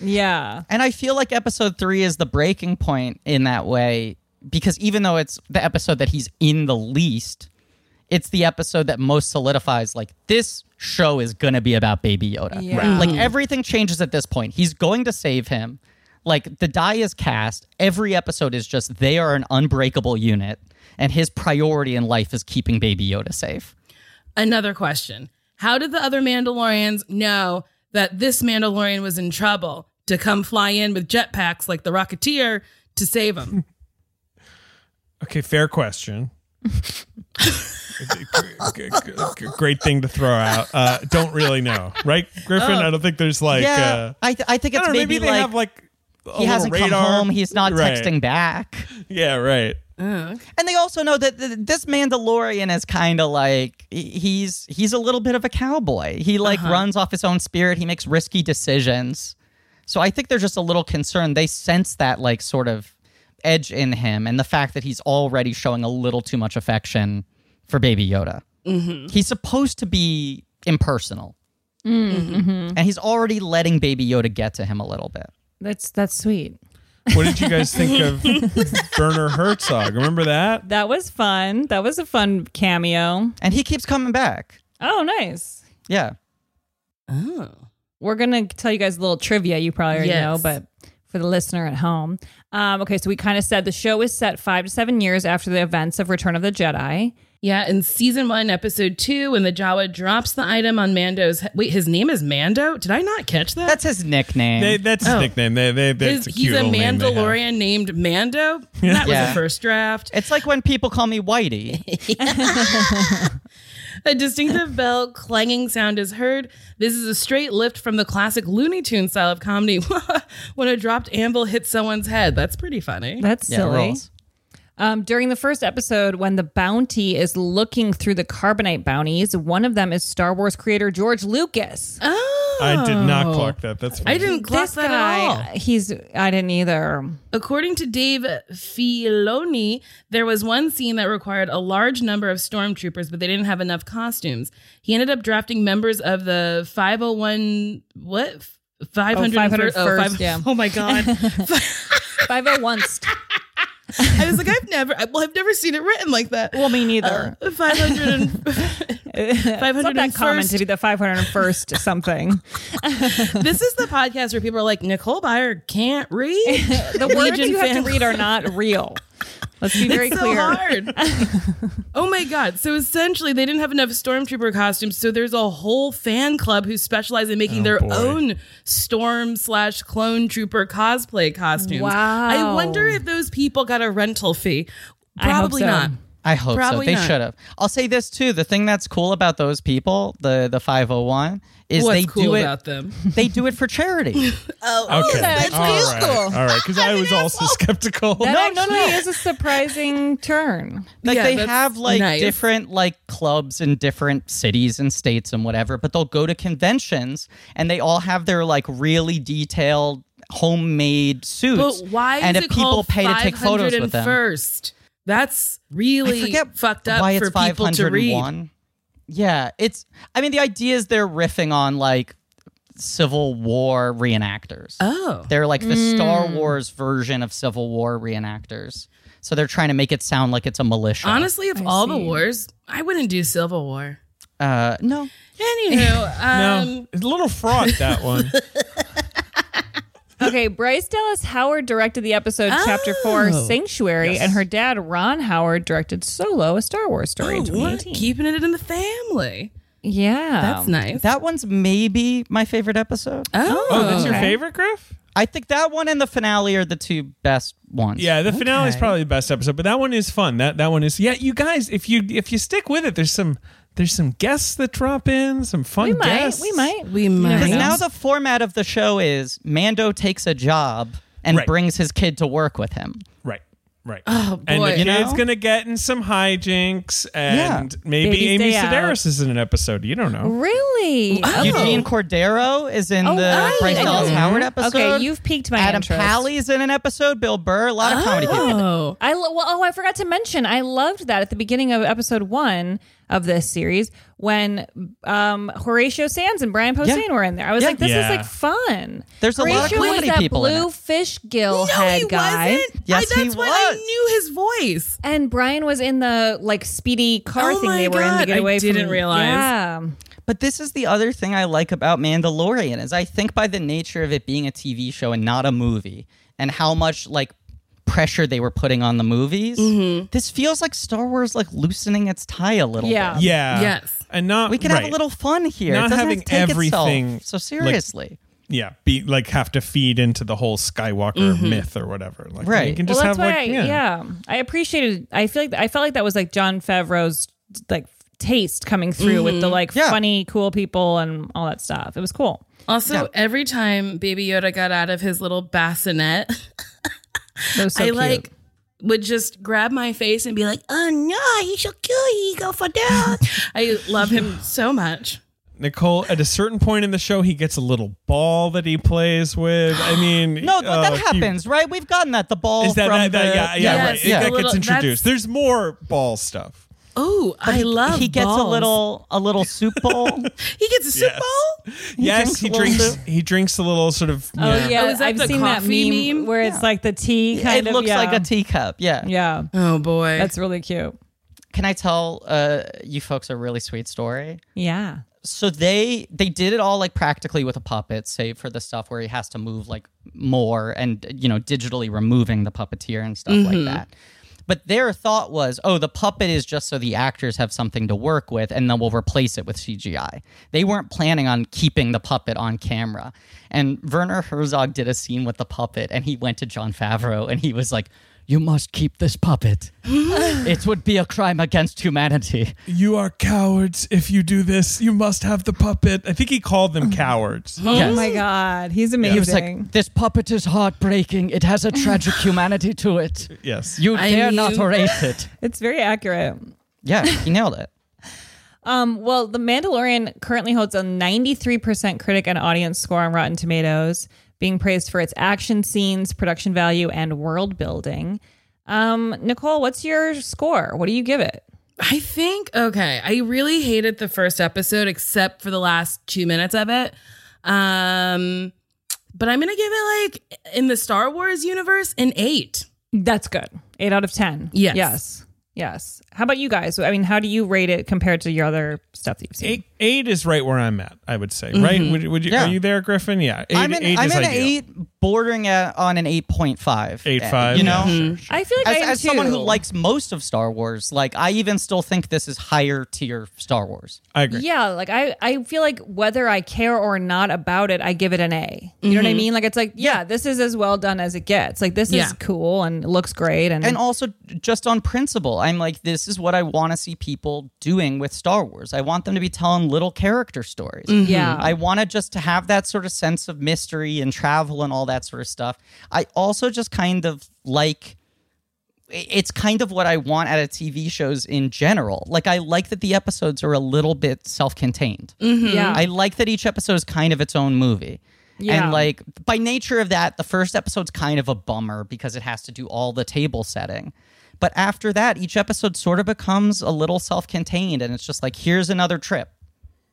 Speaker 4: Yeah. And I feel like episode three is the breaking point in that way because even though it's the episode that he's in the least, it's the episode that most solidifies like this show is going to be about Baby Yoda.
Speaker 9: Yeah. Right.
Speaker 5: Mm.
Speaker 4: Like everything changes at this point. He's going to save him. Like the die is cast. Every episode is just they are an unbreakable unit, and his priority in life is keeping Baby Yoda safe.
Speaker 2: Another question How did the other Mandalorians know that this Mandalorian was in trouble to come fly in with jetpacks like the Rocketeer to save him?
Speaker 5: Okay, fair question. [LAUGHS] G- g- g- Great thing to throw out. Uh, don't really know, right, Griffin?
Speaker 4: Oh.
Speaker 5: I don't think there's like.
Speaker 4: yeah,
Speaker 5: uh,
Speaker 4: I, th- I think
Speaker 5: I
Speaker 4: it's
Speaker 5: don't know,
Speaker 4: maybe,
Speaker 5: maybe they
Speaker 4: like,
Speaker 5: have, like, a
Speaker 4: he hasn't
Speaker 5: little
Speaker 4: come
Speaker 5: radar.
Speaker 4: home. He's not
Speaker 5: Right.
Speaker 4: texting back.
Speaker 5: yeah, right.
Speaker 4: And they also know that th- this Mandalorian is kind of like he- he's he's a little bit of a cowboy. He like
Speaker 9: Uh-huh.
Speaker 4: runs off his own spirit. He makes risky decisions. So I think they're just a little concerned. They sense that like sort of edge in him and the fact that he's already showing a little too much affection for baby Yoda.
Speaker 9: Mhm.
Speaker 4: He's supposed to be impersonal. And he's already letting baby Yoda get to him a little bit.
Speaker 3: That's that's sweet.
Speaker 5: What did you guys think
Speaker 4: [LAUGHS]
Speaker 5: of Werner Herzog? Remember that?
Speaker 3: That was fun. That was a fun cameo.
Speaker 4: And he keeps coming back.
Speaker 3: Oh, nice.
Speaker 4: Yeah.
Speaker 2: Oh.
Speaker 3: We're going to tell you guys a little trivia you probably already
Speaker 2: Yes.
Speaker 3: know, but for the listener at home. Um, okay, so we kind of said the show is set five to seven years after the events of Return of the Jedi.
Speaker 2: [LAUGHS] Yeah, in season one, episode two, when the Jawa drops the item on Mando's. he- Wait, his name is Mando? Did I not catch that?
Speaker 4: That's his nickname.
Speaker 5: They, that's his
Speaker 2: Oh.
Speaker 5: nickname. They, they, that's
Speaker 2: His-
Speaker 5: a
Speaker 2: he's
Speaker 5: cute
Speaker 2: a
Speaker 5: little name they have.
Speaker 2: Mandalorian named
Speaker 5: [LAUGHS]
Speaker 2: Mando? That was
Speaker 4: Yeah.
Speaker 2: a first draft.
Speaker 4: It's like when people call me Whitey.
Speaker 2: [LAUGHS] A distinctive bell clanging sound is heard. This is a straight lift from the classic Looney Tunes style of comedy [LAUGHS] when a dropped anvil hits someone's head. That's pretty funny.
Speaker 3: That's silly. Um, during the first episode, when the bounty is looking through the carbonite bounties, one of them is Star Wars creator George Lucas.
Speaker 2: Oh,
Speaker 5: I did not clock that. That's
Speaker 2: I didn't clock that at all.
Speaker 3: He's I didn't either.
Speaker 2: According to Dave Filoni, there was one scene that required a large number of stormtroopers, but they didn't have enough costumes. He ended up drafting members of the 501 what? 500
Speaker 3: 501st, yeah.
Speaker 2: [LAUGHS] oh my god.
Speaker 3: Five oh
Speaker 2: [LAUGHS]
Speaker 3: one.
Speaker 2: I was like, I've never, I- well, I've never seen it written like that.
Speaker 3: Well, me neither.
Speaker 2: Uh, 500
Speaker 3: [LAUGHS]
Speaker 2: and,
Speaker 3: It's not that common
Speaker 2: 501st.
Speaker 3: to be the five hundred and first
Speaker 2: [LAUGHS]
Speaker 3: something. [LAUGHS]
Speaker 2: this is the podcast where people are like, Nicole Byer can't read.
Speaker 3: [LAUGHS] The words you have to read are not real. Let's be very
Speaker 2: [LAUGHS] it's
Speaker 3: clear.
Speaker 2: So
Speaker 4: [LAUGHS]
Speaker 2: hard. oh my god! So essentially, they didn't have enough stormtrooper costumes, so there's a whole fan club who specialize in making their
Speaker 9: boy.
Speaker 2: own storm slash clone trooper cosplay costumes.
Speaker 9: Wow.
Speaker 2: I wonder if those people got a rental fee.
Speaker 9: I hope
Speaker 2: Probably
Speaker 9: so.
Speaker 2: not.
Speaker 4: I hope
Speaker 2: Probably
Speaker 4: so. They
Speaker 2: not.
Speaker 4: should have. I'll say this too. The thing that's cool about those people, the the 501, is
Speaker 2: What's
Speaker 4: they
Speaker 2: cool
Speaker 4: do it.
Speaker 2: about them?
Speaker 4: [LAUGHS] They do it for
Speaker 2: [LAUGHS]
Speaker 4: charity.
Speaker 5: okay.
Speaker 3: that's
Speaker 5: All right.
Speaker 3: cool.
Speaker 5: All right. Because I was also
Speaker 4: [LAUGHS]
Speaker 5: skeptical.
Speaker 3: That no, actually is a surprising turn.
Speaker 4: Like they have like different like clubs in different cities and states and whatever, but they'll go to conventions and they all have their like really detailed homemade suits.
Speaker 2: But why
Speaker 4: and
Speaker 2: is
Speaker 4: if
Speaker 2: it
Speaker 4: people
Speaker 2: called
Speaker 4: pay to take photos with them?
Speaker 2: 501st? That's really
Speaker 4: I forget
Speaker 2: fucked up
Speaker 4: why it's
Speaker 2: for people to read.
Speaker 4: 501. Yeah, it's. I mean, the idea is they're riffing on like Civil War reenactors.
Speaker 2: Oh,
Speaker 4: they're like the Star
Speaker 2: Mm.
Speaker 4: Wars version of Civil War reenactors. So they're trying to make it sound like it's a militia.
Speaker 2: Honestly, of all the wars, I wouldn't do Civil War.
Speaker 4: uh, no,
Speaker 2: [LAUGHS] Anywho, um,
Speaker 5: no, it's a little fraught
Speaker 4: [LAUGHS]
Speaker 5: that one.
Speaker 3: Okay, Bryce Dallas Howard directed the episode Chapter 4 Sanctuary, and her dad, Ron Howard, directed Solo, a Star Wars story in 2018.
Speaker 2: Oh, keeping it in the family.
Speaker 3: Yeah.
Speaker 2: That's nice.
Speaker 4: That one's maybe my favorite episode.
Speaker 2: Oh,
Speaker 5: Oh, that's your
Speaker 4: okay.
Speaker 5: favorite, Griff?
Speaker 4: I think that one and the finale are the two best ones.
Speaker 5: Yeah, the finale is
Speaker 4: Okay.
Speaker 5: probably the best episode, but that one is fun. That that one is. Yeah, you guys, if you if you stick with it, there's some there's some guests that drop in, some fun
Speaker 3: We might.
Speaker 5: guests.
Speaker 3: We might.
Speaker 2: We
Speaker 4: Because
Speaker 2: might.
Speaker 4: now the format of the show is Mando takes a job and
Speaker 5: Right.
Speaker 4: brings his kid to work with him.
Speaker 5: Right. Right.
Speaker 2: Oh,
Speaker 5: And
Speaker 2: boy.
Speaker 5: the
Speaker 2: You know?
Speaker 5: kid's gonna get in some hijinks, and
Speaker 4: Yeah.
Speaker 5: maybe
Speaker 4: Baby's
Speaker 5: Amy
Speaker 4: Day Out.
Speaker 5: Sedaris is in an episode. You don't know.
Speaker 3: Really?
Speaker 2: Oh.
Speaker 4: Eugene Cordero is in the
Speaker 3: right.
Speaker 4: Bryce Dallas
Speaker 3: Mhm.
Speaker 4: Howard episode.
Speaker 3: Okay, you've piqued my
Speaker 4: Adam
Speaker 3: interest.
Speaker 4: Pally's in an episode. Bill Burr, a lot of comedy people.
Speaker 2: Oh,
Speaker 3: I lo- well, oh, I forgot to mention. I loved that at the beginning of episode one of this series when um, Horatio Sands and Brian Posehn
Speaker 4: Yeah.
Speaker 3: were in there. I was
Speaker 4: Yeah.
Speaker 3: like, this
Speaker 5: Yeah.
Speaker 3: is like fun.
Speaker 4: There's a lot of
Speaker 3: Horatio was
Speaker 4: comedy
Speaker 3: that
Speaker 4: people in
Speaker 3: blue
Speaker 4: it.
Speaker 3: fish gill
Speaker 2: no,
Speaker 3: head
Speaker 2: he
Speaker 3: guy.
Speaker 2: wasn't.
Speaker 4: Yes,
Speaker 2: I, that's
Speaker 4: he
Speaker 2: when
Speaker 4: was.
Speaker 2: I knew his voice.
Speaker 3: And Brian was in the like speedy car
Speaker 2: Oh
Speaker 3: thing
Speaker 2: my
Speaker 3: they were in
Speaker 2: God,
Speaker 3: to get
Speaker 2: I
Speaker 3: away
Speaker 2: didn't
Speaker 3: from.
Speaker 2: realize.
Speaker 3: Yeah.
Speaker 4: But this is the other thing I like about Mandalorian is I think by the nature of it being a TV show and not a movie, and how much like pressure they were putting on the movies,
Speaker 3: Mm-hmm.
Speaker 4: this feels like Star Wars like loosening its tie a little.
Speaker 3: Yeah.
Speaker 4: bit.
Speaker 5: Yeah.
Speaker 2: Yes.
Speaker 5: And not
Speaker 4: we can have
Speaker 5: right.
Speaker 4: a little fun here.
Speaker 5: Not
Speaker 4: it doesn't
Speaker 5: having
Speaker 4: have to take
Speaker 5: everything,
Speaker 4: Itself. So
Speaker 5: like-
Speaker 4: seriously.
Speaker 5: yeah, be like have to feed into the whole Skywalker myth or whatever. Like
Speaker 4: Mm-hmm. Right.
Speaker 5: you can
Speaker 3: Well,
Speaker 5: just have
Speaker 3: that's why.
Speaker 5: like
Speaker 3: I,
Speaker 5: yeah.
Speaker 3: yeah. I appreciated. I feel like I felt like that was like John Favreau's like taste coming through with the like
Speaker 4: Mm-hmm. Yeah.
Speaker 3: funny, cool people and all that stuff. It was cool.
Speaker 2: Also, every time Baby Yoda got out of his little bassinet, [LAUGHS]
Speaker 3: It was so
Speaker 2: I
Speaker 3: cute.
Speaker 2: like would just grab my face and be like, "Oh no, he shall kill you, go for down." [LAUGHS] I love him so much.
Speaker 5: Nicole, at a certain point in the show, he gets a little ball that he plays with. I mean,
Speaker 4: No,
Speaker 5: oh,
Speaker 4: that
Speaker 5: he-
Speaker 4: happens, right? We've gotten that the ball
Speaker 5: Is that,
Speaker 4: from
Speaker 5: that, that-
Speaker 4: the-
Speaker 5: yeah, yeah,
Speaker 2: Yes,
Speaker 5: right. It-
Speaker 2: yeah.
Speaker 5: That
Speaker 2: Little-
Speaker 5: gets introduced.
Speaker 2: that's-
Speaker 5: There's more ball stuff.
Speaker 2: Oh, I love.
Speaker 4: He gets a
Speaker 2: balls.
Speaker 4: little a little soup bowl.
Speaker 2: He gets a soup
Speaker 5: Yes.
Speaker 2: bowl.
Speaker 5: yes,
Speaker 4: drinks
Speaker 5: he
Speaker 4: a little
Speaker 5: drinks. He drinks a little sort of.
Speaker 3: Oh yeah,
Speaker 2: Oh, is that
Speaker 3: I've
Speaker 2: the
Speaker 3: seen that
Speaker 2: coffee
Speaker 3: meme,
Speaker 2: meme?
Speaker 3: where it's like the tea kind
Speaker 4: it
Speaker 3: of.
Speaker 4: looks
Speaker 3: yeah.
Speaker 4: like a teacup. Yeah.
Speaker 3: Yeah,
Speaker 2: Oh boy,
Speaker 3: that's really cute.
Speaker 4: Can I tell uh, you folks a really sweet story?
Speaker 3: Yeah.
Speaker 4: so they they did it all like practically with a puppet save for the stuff where he has to move like more and you know digitally removing the puppeteer and stuff like that but their thought was oh the puppet is just so the actors have something to work with and then we'll replace it with cgi they weren't planning on keeping the puppet on camera and werner herzog did a scene with the puppet and he went to john favreau and he was like you must keep this puppet. it would be a crime against humanity.
Speaker 5: You are cowards if you do this. You must have the puppet. I think he called them cowards.
Speaker 3: Oh my god, he's amazing.
Speaker 4: He was like, "This puppet is heartbreaking. It has a [LAUGHS] tragic humanity to it.
Speaker 5: Yes.
Speaker 4: You
Speaker 2: I
Speaker 4: dare not
Speaker 2: knew-
Speaker 4: erase it."
Speaker 3: it's very accurate.
Speaker 4: Yeah, he nailed it.
Speaker 3: Um, well, The Mandalorian currently holds a 93% critic and audience score on Rotten Tomatoes, being praised for its action scenes, production value, and world building. Um, Nicole, what's your score? What do you give it?
Speaker 2: I think okay. I really hated the first episode except for the last two minutes of it. Um, but I'm gonna give it like in the Star Wars universe an eight.
Speaker 3: That's good. Eight out of 10.
Speaker 2: Yes.
Speaker 3: Yes. Yes. How about you guys? I mean, how do you rate it compared to your other stuff that you've seen?
Speaker 5: Eight, eight is right where I'm at. I would say. Right? Would, would you?
Speaker 4: Yeah.
Speaker 5: Are you there, Griffin? Yeah. Eight,
Speaker 4: Mm-hmm. I'm in,
Speaker 5: eight
Speaker 4: I'm
Speaker 5: is
Speaker 4: in an
Speaker 5: ideal.
Speaker 4: eight bordering at, on an 8.5.
Speaker 5: Eight five,
Speaker 4: You know?
Speaker 5: yeah, sure,
Speaker 3: I feel like
Speaker 4: as,
Speaker 3: I am
Speaker 4: as someone who
Speaker 3: too.
Speaker 4: likes most of Star Wars, like I even still think this is higher tier Star Wars.
Speaker 5: I
Speaker 3: Yeah, like I, I feel like whether I care or not about it, I give it an A. You know what I
Speaker 4: Mhm.
Speaker 3: mean? Like it's like, yeah, this is as well done as it gets. Like this
Speaker 4: Yeah.
Speaker 3: is cool and it looks great and,
Speaker 4: And also just on principle, I'm like, this is what I want to see people doing with Star Wars. I want them to be telling little character stories.
Speaker 3: Mhm. Yeah.
Speaker 4: mm-hmm. I want to just to have that sort of sense of mystery and travel and all that sort of stuff. I also just kind of like it's kind of what I want out of TV shows in general. Like I like that the episodes are a little bit self-contained.
Speaker 3: Mhm. Yeah.
Speaker 4: I like that each episode is kind of its own movie.
Speaker 3: Yeah.
Speaker 4: And like by nature of that, the first episode's kind of a bummer because it has to do all the table setting. But after that, each episode sort of becomes a little self-contained and it's just like here's another trip.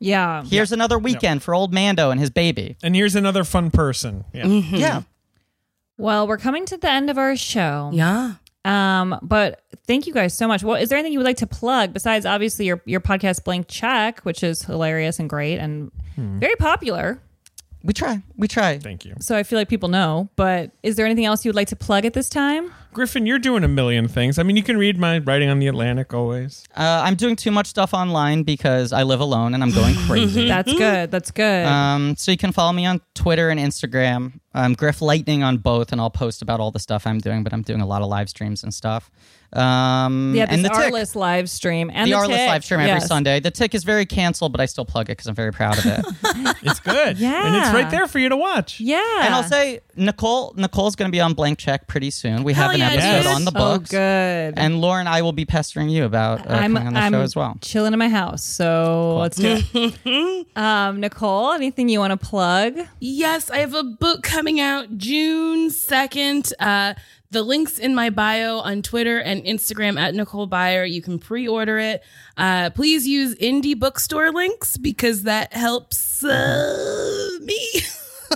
Speaker 3: yeah.
Speaker 4: Here's another weekend for old Mando and his baby.
Speaker 5: And here's another fun person. Yeah.
Speaker 3: Hmm.
Speaker 4: Yeah.
Speaker 3: Well, we're coming to the end of our show.
Speaker 2: Yeah.
Speaker 3: Um, but thank you guys so much. Well, is there anything you would like to plug besides obviously your, your podcast Blank Check, which is hilarious and great and
Speaker 4: Hmm.
Speaker 3: very popular.
Speaker 4: We try. We try.
Speaker 5: Thank you.
Speaker 3: So I feel like people know, but is there anything else you would like to plug at this time?
Speaker 4: Mm-hmm.
Speaker 5: Griffin, you're doing a million things. I mean, you can read my writing on the Atlantic always.
Speaker 4: Uh, I'm doing too much stuff online because I live alone and I'm [LAUGHS] going crazy.
Speaker 3: [LAUGHS] That's good. That's good.
Speaker 4: Mm-hmm. Um, so you can follow me on Twitter and Instagram. I'm Griff Lightning on both, and I'll post about all the stuff I'm doing. But I'm doing a lot of live streams and stuff. Um,
Speaker 3: yeah, this
Speaker 4: and the tick,
Speaker 3: Artless live stream and
Speaker 4: the,
Speaker 3: the
Speaker 4: Artless
Speaker 3: Tick.
Speaker 4: live stream every
Speaker 3: Yes.
Speaker 4: Sunday. The tick is very canceled, but I still plug it because I'm very proud of
Speaker 3: [LAUGHS]
Speaker 4: it.
Speaker 5: It's good.
Speaker 3: Yeah.
Speaker 5: And it's right there for you to watch.
Speaker 3: Yeah,
Speaker 4: and I'll say Nicole, Nicole's going to be on Blank Check pretty soon. We have
Speaker 3: Hell
Speaker 4: an
Speaker 3: yeah,
Speaker 4: episode
Speaker 3: dude.
Speaker 4: on the books.
Speaker 3: Oh, good.
Speaker 4: And Lauren, I will be pestering you about uh,
Speaker 3: I'm
Speaker 4: coming on the
Speaker 3: I'm
Speaker 4: show as well.
Speaker 3: chilling in my house, so let's do
Speaker 4: [LAUGHS]
Speaker 3: it. um, Nicole, anything you want to plug?
Speaker 2: Yes, I have a book coming out June 2nd. Uh, the link's in my bio on Twitter and Instagram at Nicole Byer. You can pre order it. Uh, please use indie bookstore links because that helps uh, me. [LAUGHS]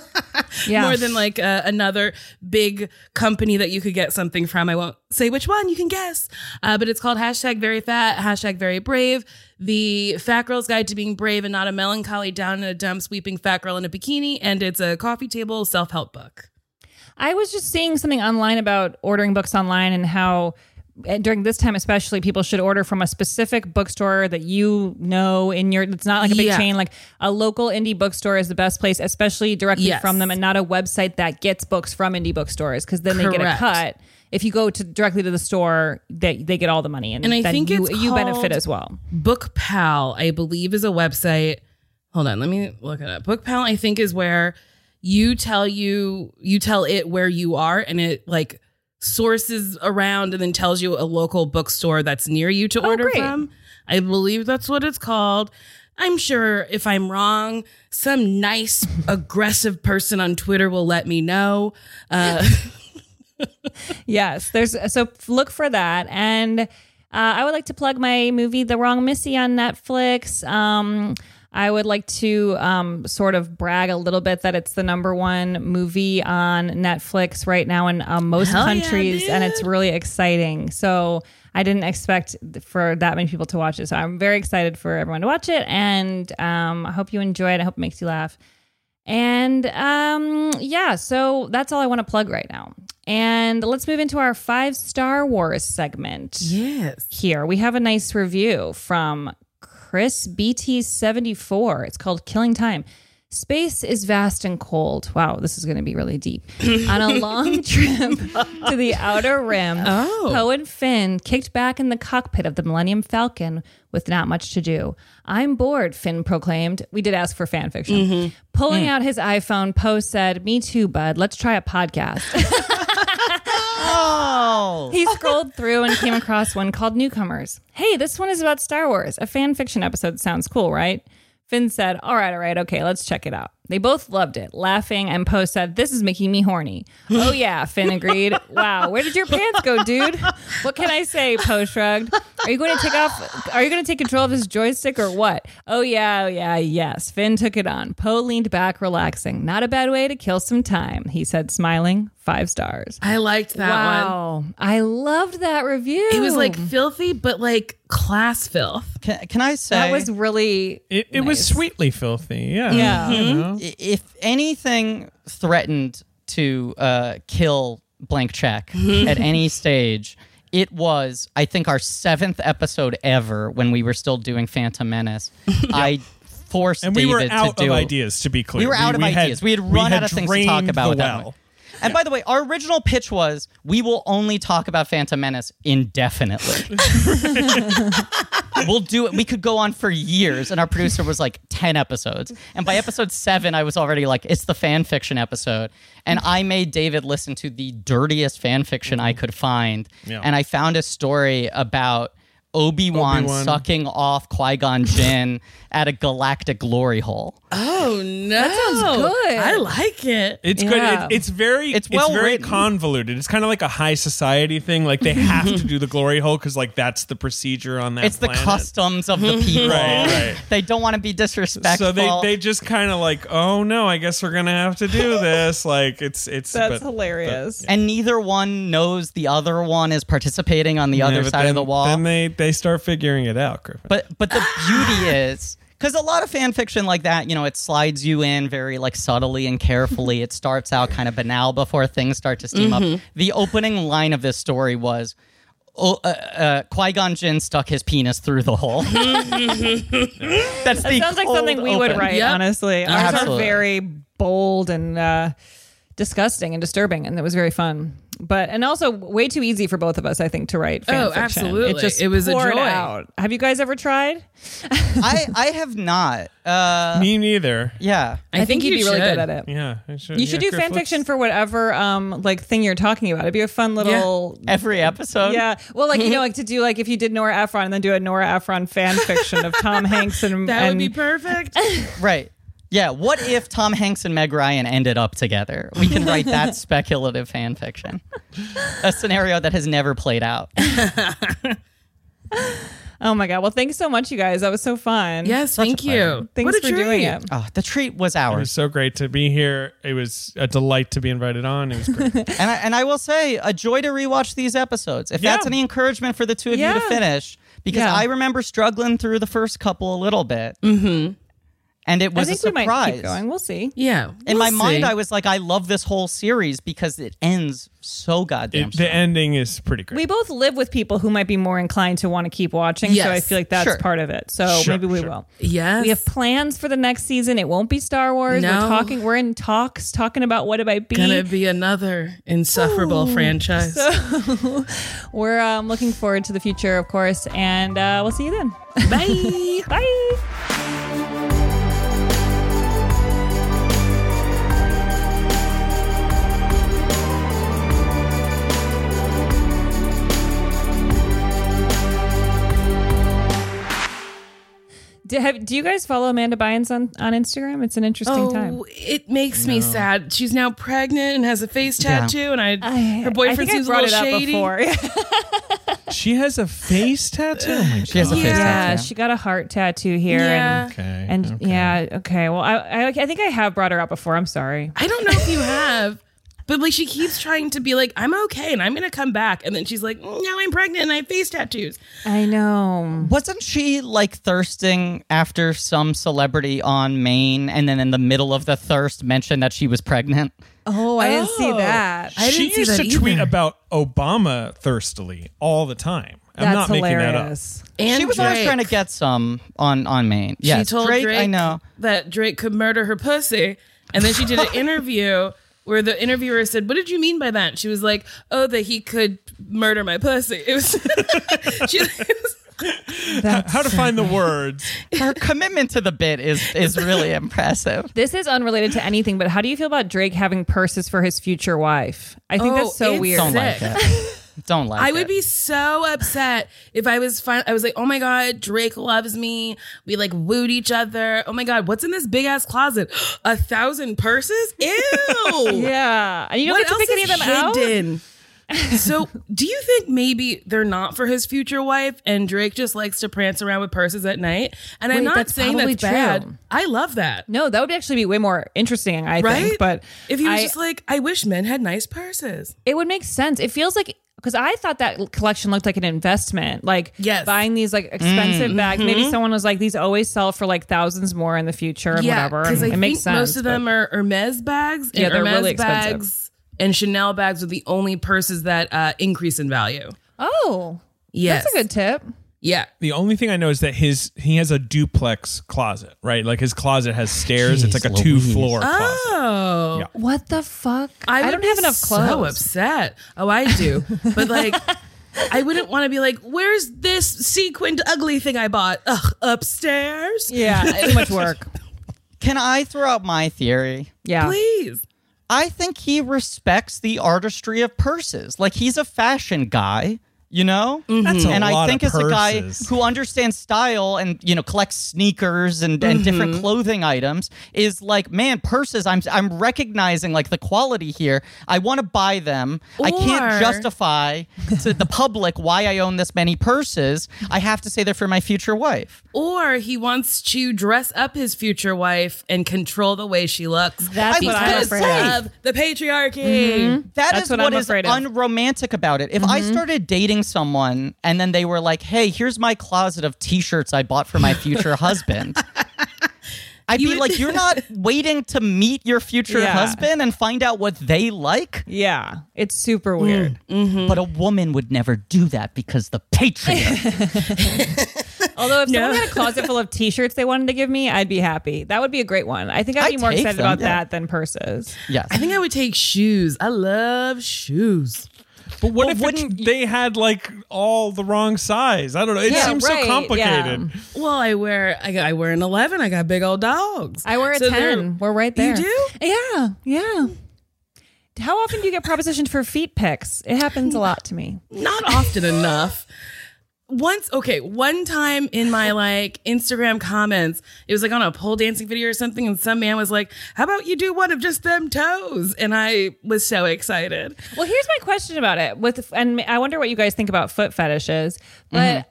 Speaker 3: Yeah.
Speaker 2: More than like uh, another big company that you could get something from. I won't say which one, you can guess. Uh, but it's called hashtag very fat, hashtag very brave. The Fat Girl's Guide to Being Brave and Not a Melancholy Down in a Dumps Weeping Fat Girl in a Bikini. And it's a coffee table self help book.
Speaker 3: I was just seeing something online about ordering books online and how uh, during this time especially people should order from a specific bookstore that you know in your it's not like a big
Speaker 2: Yeah.
Speaker 3: chain like a local indie bookstore is the best place especially directly
Speaker 2: Yes.
Speaker 3: from them and not a website that gets books from indie bookstores because then they get a
Speaker 2: Correct.
Speaker 3: cut if you go to directly to the store they, they get all the money and,
Speaker 2: And I
Speaker 3: then
Speaker 2: think
Speaker 3: you,
Speaker 2: it's
Speaker 3: you benefit
Speaker 2: called-
Speaker 3: as well
Speaker 2: Book Pal, I believe, is a website. Hold on, let me look it up. Book Pal, I think, is where you tell you you tell it where you are, and it like sources around and then tells you a local bookstore that's near you to order
Speaker 3: Oh, great.
Speaker 2: from. I believe that's what it's called. I'm sure if I'm wrong,
Speaker 3: [LAUGHS]
Speaker 2: some nice aggressive person on Twitter will let me know. Uh,
Speaker 3: Yes, there's so look for that, and uh, I would like to plug my movie The Wrong Missy on Netflix. Um, I would like to um, sort of brag a little bit that it's the number one movie on Netflix right now in uh, most
Speaker 2: Hell yeah,
Speaker 3: countries, and it's
Speaker 2: dude.
Speaker 3: really exciting. So I didn't expect th- for that many people to watch it, so I'm very excited for everyone to watch it, and um, I hope you enjoy it. I hope it makes you laugh. And um, yeah, so that's all I want to plug right now. And let's move into our five Star Wars segment.
Speaker 2: yes.
Speaker 3: Here we have a nice review from Chris BT74. It's called Killing Time. Space is vast and cold. Wow, this is going to be really deep. On a long trip to the outer rim,
Speaker 2: Oh.
Speaker 3: Poe and Finn kicked back in the cockpit of the Millennium Falcon with not much to do. I'm bored, Finn proclaimed. We did ask for fan fiction. Pulling out his iPhone, Poe said, Me too, bud. Let's try a podcast. [LAUGHS]
Speaker 4: Oh,
Speaker 3: He scrolled through and came across one called Newcomers. Hey, this one is about Star Wars. A fan fiction episode sounds cool, right? Finn said, All right, all right, okay, let's check it out. They both loved it, laughing, and Poe said, This is making me horny. oh, yeah, Finn agreed. Wow, where did your pants go, dude? What can I say? Poe shrugged. Are you going to take off? Are you going to take control of his joystick or what? Oh, yeah, oh, yeah, yes. Finn took it on. Poe leaned back, relaxing. Not a bad way to kill some time, he said, smiling. Five stars.
Speaker 2: I liked that one.
Speaker 3: wow. I loved that review.
Speaker 2: It was like filthy, but like class filth.
Speaker 4: can, can I say
Speaker 3: that was really
Speaker 5: It, it was
Speaker 3: Nice.
Speaker 4: Mm-hmm.
Speaker 5: sweetly filthy. Yeah.
Speaker 3: Yeah.
Speaker 5: You know?
Speaker 4: i- if anything threatened to uh, kill blank
Speaker 3: [LAUGHS]
Speaker 4: check at any stage. It was, I think, our seventh episode ever when we were still doing Phantom
Speaker 3: [LAUGHS]
Speaker 4: Menace. I forced
Speaker 5: And we were
Speaker 4: David
Speaker 5: out
Speaker 4: to do
Speaker 5: of ideas, to be clear.
Speaker 4: We were out of ideas. we had run out of things to talk
Speaker 5: drained
Speaker 4: about.
Speaker 5: the
Speaker 4: with that
Speaker 5: well.
Speaker 4: one. And by the way, our original pitch was we will only talk about Phantom Menace indefinitely. [LAUGHS] we'll do it. We could go on for years. And our producer was like 10 episodes. And by episode seven, I was already like, it's the fan fiction episode. And I made David listen to the dirtiest fan fiction I could find.
Speaker 9: Yeah.
Speaker 4: And I found a story about Obi Wan
Speaker 9: Obi-Wan.
Speaker 4: sucking off Qui Gon Jinn at a galactic glory hole.
Speaker 2: Oh no, that
Speaker 3: sounds good.
Speaker 2: I like it.
Speaker 5: It's good. It, it's very it's,
Speaker 2: well
Speaker 5: very
Speaker 2: written.
Speaker 5: convoluted. It's kind of like a high society thing. Like they have to do the glory hole because like that's the procedure on that.
Speaker 4: it's the
Speaker 5: planet.
Speaker 4: customs of the people.
Speaker 5: [LAUGHS] Right, right.
Speaker 4: They don't want to be disrespectful.
Speaker 5: So they, they just kind of like, oh no, I guess we're gonna have
Speaker 4: [LAUGHS]
Speaker 5: to do this. Like it's it's but-
Speaker 4: and neither one knows the other one is participating on the
Speaker 5: Yeah,
Speaker 4: other
Speaker 5: but
Speaker 4: side
Speaker 5: then-
Speaker 4: of the wall.
Speaker 5: Then they they start figuring it out, Griffin.
Speaker 4: But but the beauty is because a lot of fan fiction like that, you know, it slides you in very like subtly and carefully. it starts out kind of banal before things start to steam
Speaker 9: Mhm.
Speaker 3: Mm-hmm.
Speaker 4: up. The opening line of this story was. Oh, uh, uh, Qui Gon Jinn stuck his penis through the
Speaker 3: [LAUGHS]
Speaker 4: hole. That's
Speaker 3: Mm-hmm. that
Speaker 4: the
Speaker 3: sounds like something
Speaker 4: cold
Speaker 3: we would
Speaker 4: open.
Speaker 3: write, honestly. Ours
Speaker 4: Absolutely.
Speaker 3: are very bold and uh, disgusting and disturbing, and it was very fun. But and also way too easy for both of us, I think, to write. Fan
Speaker 2: Oh,
Speaker 3: fiction.
Speaker 2: absolutely.
Speaker 3: It just
Speaker 2: It was a
Speaker 3: poured
Speaker 2: joy.
Speaker 3: out. Have you guys ever tried?
Speaker 4: I I have not. Uh,
Speaker 5: Me neither.
Speaker 4: Yeah,
Speaker 3: I, think,
Speaker 2: you
Speaker 3: you'd be really
Speaker 2: should.
Speaker 3: good at it.
Speaker 5: Yeah, I should,
Speaker 3: You should
Speaker 5: yeah,
Speaker 3: do
Speaker 5: Griff,
Speaker 3: fan
Speaker 5: let's-
Speaker 3: fiction for whatever um like thing you're talking about. It'd be a fun little
Speaker 4: every
Speaker 2: [LAUGHS]
Speaker 4: episode.
Speaker 3: Yeah. Well, like you know, like to do like if you did Nora Ephron and then do a Nora Ephron fan fiction of
Speaker 2: [LAUGHS]
Speaker 3: Tom Hanks and
Speaker 2: That
Speaker 3: and
Speaker 2: would be perfect. [LAUGHS]
Speaker 4: Right. Yeah. What if Tom Hanks and Meg Ryan ended up together? We can write
Speaker 3: [LAUGHS]
Speaker 4: that speculative fan fiction, a scenario that has never played
Speaker 3: [LAUGHS]
Speaker 4: out.
Speaker 3: oh my god. Well, thanks so much, you guys. That was so fun.
Speaker 2: Yes, thank you.
Speaker 3: Thanks
Speaker 2: What a
Speaker 3: for doing
Speaker 2: treat.
Speaker 3: it.
Speaker 4: Oh, the treat was
Speaker 5: It
Speaker 4: ours.
Speaker 5: was so great to be here. It was a delight to be invited on. It was great.
Speaker 4: and I, and I will say a joy to rewatch these episodes. If that's
Speaker 5: Yeah.
Speaker 4: any encouragement for the two of you to
Speaker 3: Yeah.
Speaker 4: finish, because
Speaker 3: Yeah.
Speaker 4: I remember struggling through the first couple a little bit, mm-hmm. and it
Speaker 3: I
Speaker 4: was
Speaker 3: think
Speaker 4: a
Speaker 3: we might
Speaker 4: surprise.
Speaker 3: keep going. We'll see.
Speaker 2: Yeah.
Speaker 4: In my mind, I was like, I love this whole series because it ends so goddamn.
Speaker 5: It- the ending is pretty great.
Speaker 3: We both live with people who might be more inclined to want to keep watching, so I
Speaker 2: Yes.
Speaker 3: feel like that's
Speaker 4: Sure.
Speaker 3: part of it. So
Speaker 5: Sure,
Speaker 3: maybe we
Speaker 5: sure.
Speaker 3: will.
Speaker 2: Yes.
Speaker 3: We have plans for the next season. It won't be Star Wars.
Speaker 2: No.
Speaker 3: We're talking. We're in talks, talking about what it might be.
Speaker 2: gonna be another insufferable franchise.
Speaker 3: So we're um, looking forward to the future, of course, and uh, we'll see you then. [LAUGHS]
Speaker 2: Bye.
Speaker 3: Bye. Do, have, do you guys follow Amanda Bynes on, on Instagram? It's an interesting
Speaker 2: Oh,
Speaker 3: time.
Speaker 2: it makes me sad. She's now pregnant and has a face
Speaker 4: Yeah.
Speaker 2: tattoo, and I,
Speaker 3: I-
Speaker 2: her
Speaker 3: I
Speaker 2: boyfriend
Speaker 3: think I
Speaker 2: seems a
Speaker 3: brought
Speaker 2: little
Speaker 3: it up
Speaker 2: shady.
Speaker 3: before. [LAUGHS]
Speaker 5: she has a face tattoo. Oh my
Speaker 4: She has a face
Speaker 3: yeah,
Speaker 4: tattoo.
Speaker 3: she got a heart tattoo here.
Speaker 2: Yeah.
Speaker 3: And,
Speaker 5: Okay,
Speaker 3: And yeah, okay. Well, I, I I think I have brought her up before. I'm sorry.
Speaker 2: I don't know if you have, but like she keeps trying to be like, I'm okay and I'm gonna come back, and then she's like, "Mm, now I'm pregnant and I have face tattoos.
Speaker 3: I know.
Speaker 4: Wasn't she like thirsting after some celebrity on Maine and then in the middle of the thirst mentioned that she was pregnant?
Speaker 3: Oh, I didn't see that. I
Speaker 5: she
Speaker 3: didn't see
Speaker 5: used
Speaker 3: that
Speaker 5: to tweet
Speaker 3: either.
Speaker 5: about Obama thirstily all the time. I'm
Speaker 3: That's
Speaker 5: not making that up.
Speaker 3: hilarious.
Speaker 2: And
Speaker 4: she was always
Speaker 2: Drake.
Speaker 4: trying to get some on on Maine.
Speaker 2: She
Speaker 4: Yes,
Speaker 2: told
Speaker 4: Drake,
Speaker 2: Drake,
Speaker 4: I know.
Speaker 2: that Drake could murder her pussy, and then she
Speaker 4: [LAUGHS]
Speaker 2: did an interview where the interviewer said, "What did you mean by that?" And she was like, "Oh, that he could murder my pussy." [LAUGHS] It was. she, it was
Speaker 5: [LAUGHS] How to find the words?
Speaker 4: Her commitment to the bit is is
Speaker 2: [LAUGHS]
Speaker 4: really impressive.
Speaker 3: This is unrelated to anything, but how do you feel about Drake having purses for his future wife? I think
Speaker 2: Oh,
Speaker 3: that's so
Speaker 2: it's
Speaker 3: weird.
Speaker 4: Don't like
Speaker 2: Sick.
Speaker 4: it. Don't like
Speaker 2: I
Speaker 4: it.
Speaker 2: would be so upset if I was fine. I was like, oh my God, Drake loves me. We like wooed each other. Oh my God, what's in this big ass closet? [GASPS] A thousand purses?
Speaker 4: [LAUGHS]
Speaker 2: Ew.
Speaker 3: Yeah, and you don't
Speaker 2: What
Speaker 3: get to pick any of
Speaker 2: else
Speaker 3: them out.
Speaker 2: is hidden?
Speaker 3: [LAUGHS]
Speaker 2: so, do you think maybe they're not for his future wife, and Drake just likes to prance around with purses at night? And
Speaker 3: Wait,
Speaker 2: I'm not
Speaker 3: that's
Speaker 2: saying
Speaker 3: probably
Speaker 2: that's bad.
Speaker 3: true.
Speaker 2: I love that.
Speaker 3: No, that would actually be way more interesting. I
Speaker 2: Right?
Speaker 3: think, but
Speaker 2: If he was
Speaker 3: I-
Speaker 2: just like, I wish men had nice purses.
Speaker 3: It would make sense. It feels like because I thought that l- collection looked like an investment, like
Speaker 2: Yes.
Speaker 3: buying these like expensive bags. Maybe someone was like, "These always sell for like thousands more in the future, and whatever."
Speaker 2: because
Speaker 3: and
Speaker 2: I
Speaker 3: it
Speaker 2: think
Speaker 3: makes sense.
Speaker 2: most of
Speaker 3: but-
Speaker 2: them are Hermes bags.
Speaker 3: Yeah,
Speaker 2: and
Speaker 3: they're
Speaker 2: Hermes
Speaker 3: really expensive.
Speaker 2: bags and Chanel bags are the only purses that uh, increase in value.
Speaker 3: Oh,
Speaker 2: Yes.
Speaker 3: that's a good tip.
Speaker 2: Yeah.
Speaker 5: The only thing I know is that his he has a duplex closet, right? Like his closet has stairs. it's like a two floor closet.
Speaker 2: Oh,
Speaker 3: what the fuck?
Speaker 2: I,
Speaker 3: I
Speaker 2: would
Speaker 3: don't
Speaker 2: be
Speaker 3: have enough
Speaker 2: So
Speaker 3: clothes.
Speaker 2: upset. Oh, I do, but [LAUGHS] like. I wouldn't want to be like, where's this sequined ugly thing I bought? Ugh, upstairs? [LAUGHS]
Speaker 3: Yeah, too much work.
Speaker 4: Can I throw out my theory?
Speaker 3: Yeah.
Speaker 2: Please.
Speaker 4: I think he respects the artistry of purses. Like he's a fashion guy, you know?
Speaker 2: Mm-hmm.
Speaker 5: That's a
Speaker 4: and I
Speaker 5: lot
Speaker 4: think
Speaker 5: of
Speaker 4: as a guy
Speaker 5: purses.
Speaker 4: who understands style and, you know, collects sneakers and, and different
Speaker 5: Mhm.
Speaker 4: clothing items is like, man, purses, I'm I'm recognizing like the quality here. I want to buy them. I
Speaker 2: Or-
Speaker 4: can't justify to the public why I own this many purses. I have to say they're for my future wife.
Speaker 2: Or he wants to dress up his future wife and control the way she looks.
Speaker 4: That's what I'm
Speaker 2: because
Speaker 4: afraid of.
Speaker 2: of Mm-hmm. the patriarchy.
Speaker 4: That is what is unromantic about it. If I started dating someone and then they were like, "Hey, here's my closet of t-shirts I bought for my future husband." I'd be like, "You're not waiting to meet your future
Speaker 3: Yeah.
Speaker 4: husband and find out what they like?"
Speaker 3: Yeah. It's super
Speaker 2: Mm.
Speaker 3: weird.
Speaker 4: But a woman would never do that because the patriarchy.
Speaker 3: Although if someone had a closet full
Speaker 2: [LAUGHS]
Speaker 3: of T-shirts they wanted to give me, I'd be happy. That would be a great one. I think I'd
Speaker 4: I'd
Speaker 3: be more
Speaker 4: take
Speaker 3: excited
Speaker 4: them,
Speaker 3: about
Speaker 4: yeah.
Speaker 3: that than purses.
Speaker 4: yes.
Speaker 2: I think I would take shoes. I love shoes.
Speaker 5: But what if it, they had like all the wrong size? I don't know. It
Speaker 2: Yeah,
Speaker 5: seems so
Speaker 2: right, yeah.
Speaker 5: complicated.
Speaker 2: Well, I wear I, got- I wear an eleven. I got big old dogs.
Speaker 3: I wear a
Speaker 2: So they're-
Speaker 3: 10. We're right
Speaker 2: You
Speaker 3: there.
Speaker 2: do?
Speaker 3: Yeah. Yeah. How often do you get propositioned for feet pics? It happens a lot to me.
Speaker 2: Not often enough. Once, okay, one time in my like Instagram comments, it was like on a pole dancing video or something, and some man was like, "How about you do one of just them toes?" And I was so excited.
Speaker 3: Well, here's my question about it. With and I wonder what you guys think about foot fetishes, but.
Speaker 5: Mm-hmm.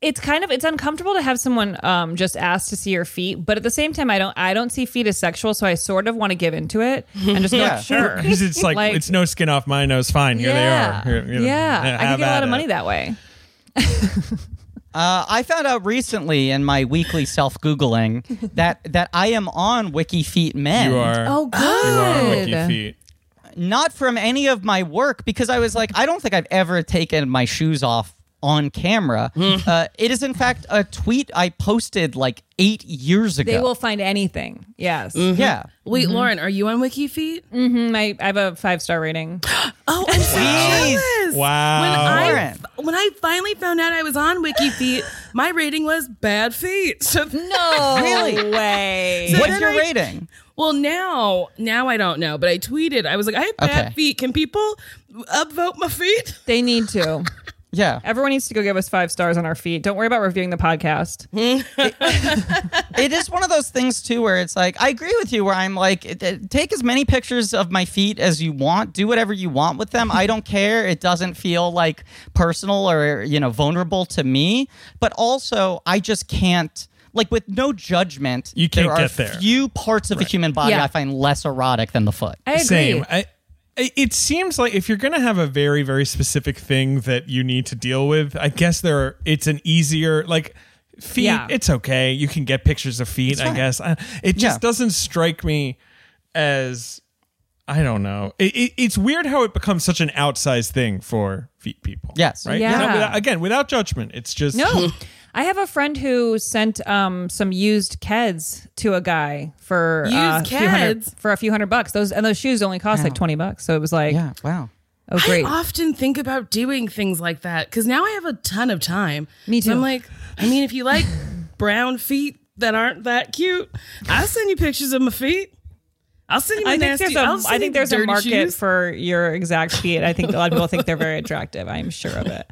Speaker 3: It's kind of it's uncomfortable to have someone um, just ask to see your feet, but at the same time, I don't I don't see feet as sexual, so I sort of want to give into it and just be
Speaker 5: Yeah,
Speaker 3: like, sure,
Speaker 5: [LAUGHS] Because it's like, it's no skin off my nose. Fine, here
Speaker 3: yeah,
Speaker 5: they are. Here, you know,
Speaker 3: yeah. I
Speaker 5: have
Speaker 3: could get a
Speaker 5: at
Speaker 3: lot of
Speaker 5: it.
Speaker 3: money that way.
Speaker 4: Uh, I found out recently in my weekly self googling that that I am on Wiki Feet Men.
Speaker 5: You are.
Speaker 3: Oh,
Speaker 5: [GASPS] You are wiki feet.
Speaker 4: not from any of my work because I was like, I don't think I've ever taken my shoes off on camera. Uh, it is, in fact, a tweet I posted like eight years ago.
Speaker 3: They will find anything. Yes.
Speaker 5: Mm-hmm.
Speaker 4: Yeah.
Speaker 2: Wait, Lauren, are you on WikiFeet?
Speaker 3: Mm-hmm. I, I have a five
Speaker 5: [GASPS]
Speaker 3: star rating.
Speaker 2: Oh, I'm so jealous.
Speaker 5: Wow.
Speaker 2: When I,
Speaker 4: Lauren.
Speaker 2: when I finally found out I was on WikiFeet, my rating was bad feet. [LAUGHS] So
Speaker 3: No
Speaker 4: Really?
Speaker 3: way.
Speaker 2: So
Speaker 4: What's
Speaker 2: then
Speaker 4: your
Speaker 2: I-
Speaker 4: rating?
Speaker 2: Well, now, now I don't know, but I tweeted. I was like, I have bad
Speaker 4: Okay.
Speaker 2: feet. Can people upvote my feet? [LAUGHS]
Speaker 3: They need to.
Speaker 4: Yeah.
Speaker 3: Everyone needs to go give us five stars on our feet. Don't worry about reviewing the podcast.
Speaker 4: it is one of those things, too, where it's like, I agree with you, where I'm like, it- it- take as many pictures of my feet as you want, do whatever you want with them. I
Speaker 5: [LAUGHS]
Speaker 4: don't care. It doesn't feel like personal or, you know, vulnerable to me. But also, I just can't. Like with no judgment,
Speaker 5: You can't
Speaker 4: there are
Speaker 5: get there.
Speaker 4: Few parts of the human body
Speaker 3: Yeah.
Speaker 4: I find less erotic than the foot.
Speaker 3: I agree.
Speaker 5: Same. I, I- it seems like if you're going to have a very, very specific thing that you need to deal with, I guess there are, it's an easier, like, feet,
Speaker 3: Yeah.
Speaker 5: it's okay. You can get pictures of feet, I guess. I, it just
Speaker 4: Yeah.
Speaker 5: doesn't strike me as, I don't know. It, it, it's weird how it becomes such an outsized thing for feet people.
Speaker 4: Yes.
Speaker 5: Right?
Speaker 3: Yeah.
Speaker 5: Without- without- again, without judgment, it's just.
Speaker 2: [LAUGHS]
Speaker 3: No. I have a friend who sent um, some used Keds to a guy for uh,
Speaker 2: Used
Speaker 3: a few hundred-
Speaker 2: Keds?
Speaker 3: for a few hundred bucks. Those and those shoes only cost like twenty bucks, so it was like,
Speaker 4: Yeah. Wow.
Speaker 3: oh great.
Speaker 2: I often think about doing things like that because now I have a ton of time.
Speaker 3: Me
Speaker 2: So I'm
Speaker 3: too.
Speaker 2: like, I mean, if you
Speaker 3: [LAUGHS]
Speaker 2: like brown feet that aren't that cute, I'll send you pictures of my feet. I'll send you
Speaker 3: I
Speaker 2: my
Speaker 3: think
Speaker 2: nasty.
Speaker 3: there's a
Speaker 2: I'll send
Speaker 3: I
Speaker 2: you
Speaker 3: think there's a
Speaker 2: dirty
Speaker 3: market
Speaker 2: shoes.
Speaker 3: for your exact feet. I think a lot of people think they're
Speaker 2: [LAUGHS]
Speaker 3: very attractive. I'm sure of it.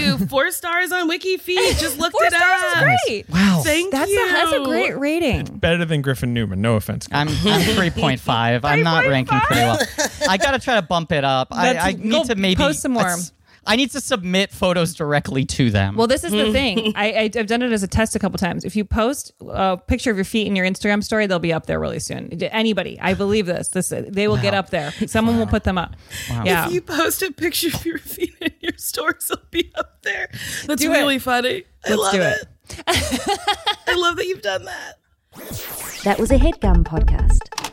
Speaker 3: [LAUGHS]
Speaker 2: you. Four stars on WikiFeet. Just looked
Speaker 3: Four
Speaker 2: it
Speaker 3: stars
Speaker 2: up.
Speaker 3: is great.
Speaker 4: Wow.
Speaker 2: Thank
Speaker 3: That's a,
Speaker 2: you.
Speaker 3: that's a great rating.
Speaker 5: Better than Griffin Newman. No offense.
Speaker 4: I'm, I'm
Speaker 3: [LAUGHS]
Speaker 4: 3.5. I'm not ranking pretty well. I got to try to bump it up. I,
Speaker 3: That's-
Speaker 4: I
Speaker 3: go
Speaker 4: need to maybe
Speaker 3: post some more.
Speaker 4: it's- I need to submit photos directly to them.
Speaker 3: Well, this is
Speaker 2: [LAUGHS]
Speaker 3: the thing. I, I, I've done it as a test a couple times. If you post a picture of your feet in your Instagram story, they'll be up there really soon. Anybody, I believe this. This they will get up there. Someone will put them up. Yeah.
Speaker 2: If you post a picture of your [LAUGHS] feet in your stories, it'll be up there. That's
Speaker 3: Do it.
Speaker 2: really funny. I
Speaker 3: Let's
Speaker 2: love
Speaker 3: do
Speaker 2: it.
Speaker 3: it.
Speaker 2: I love that you've done that.
Speaker 9: That was a headgum podcast.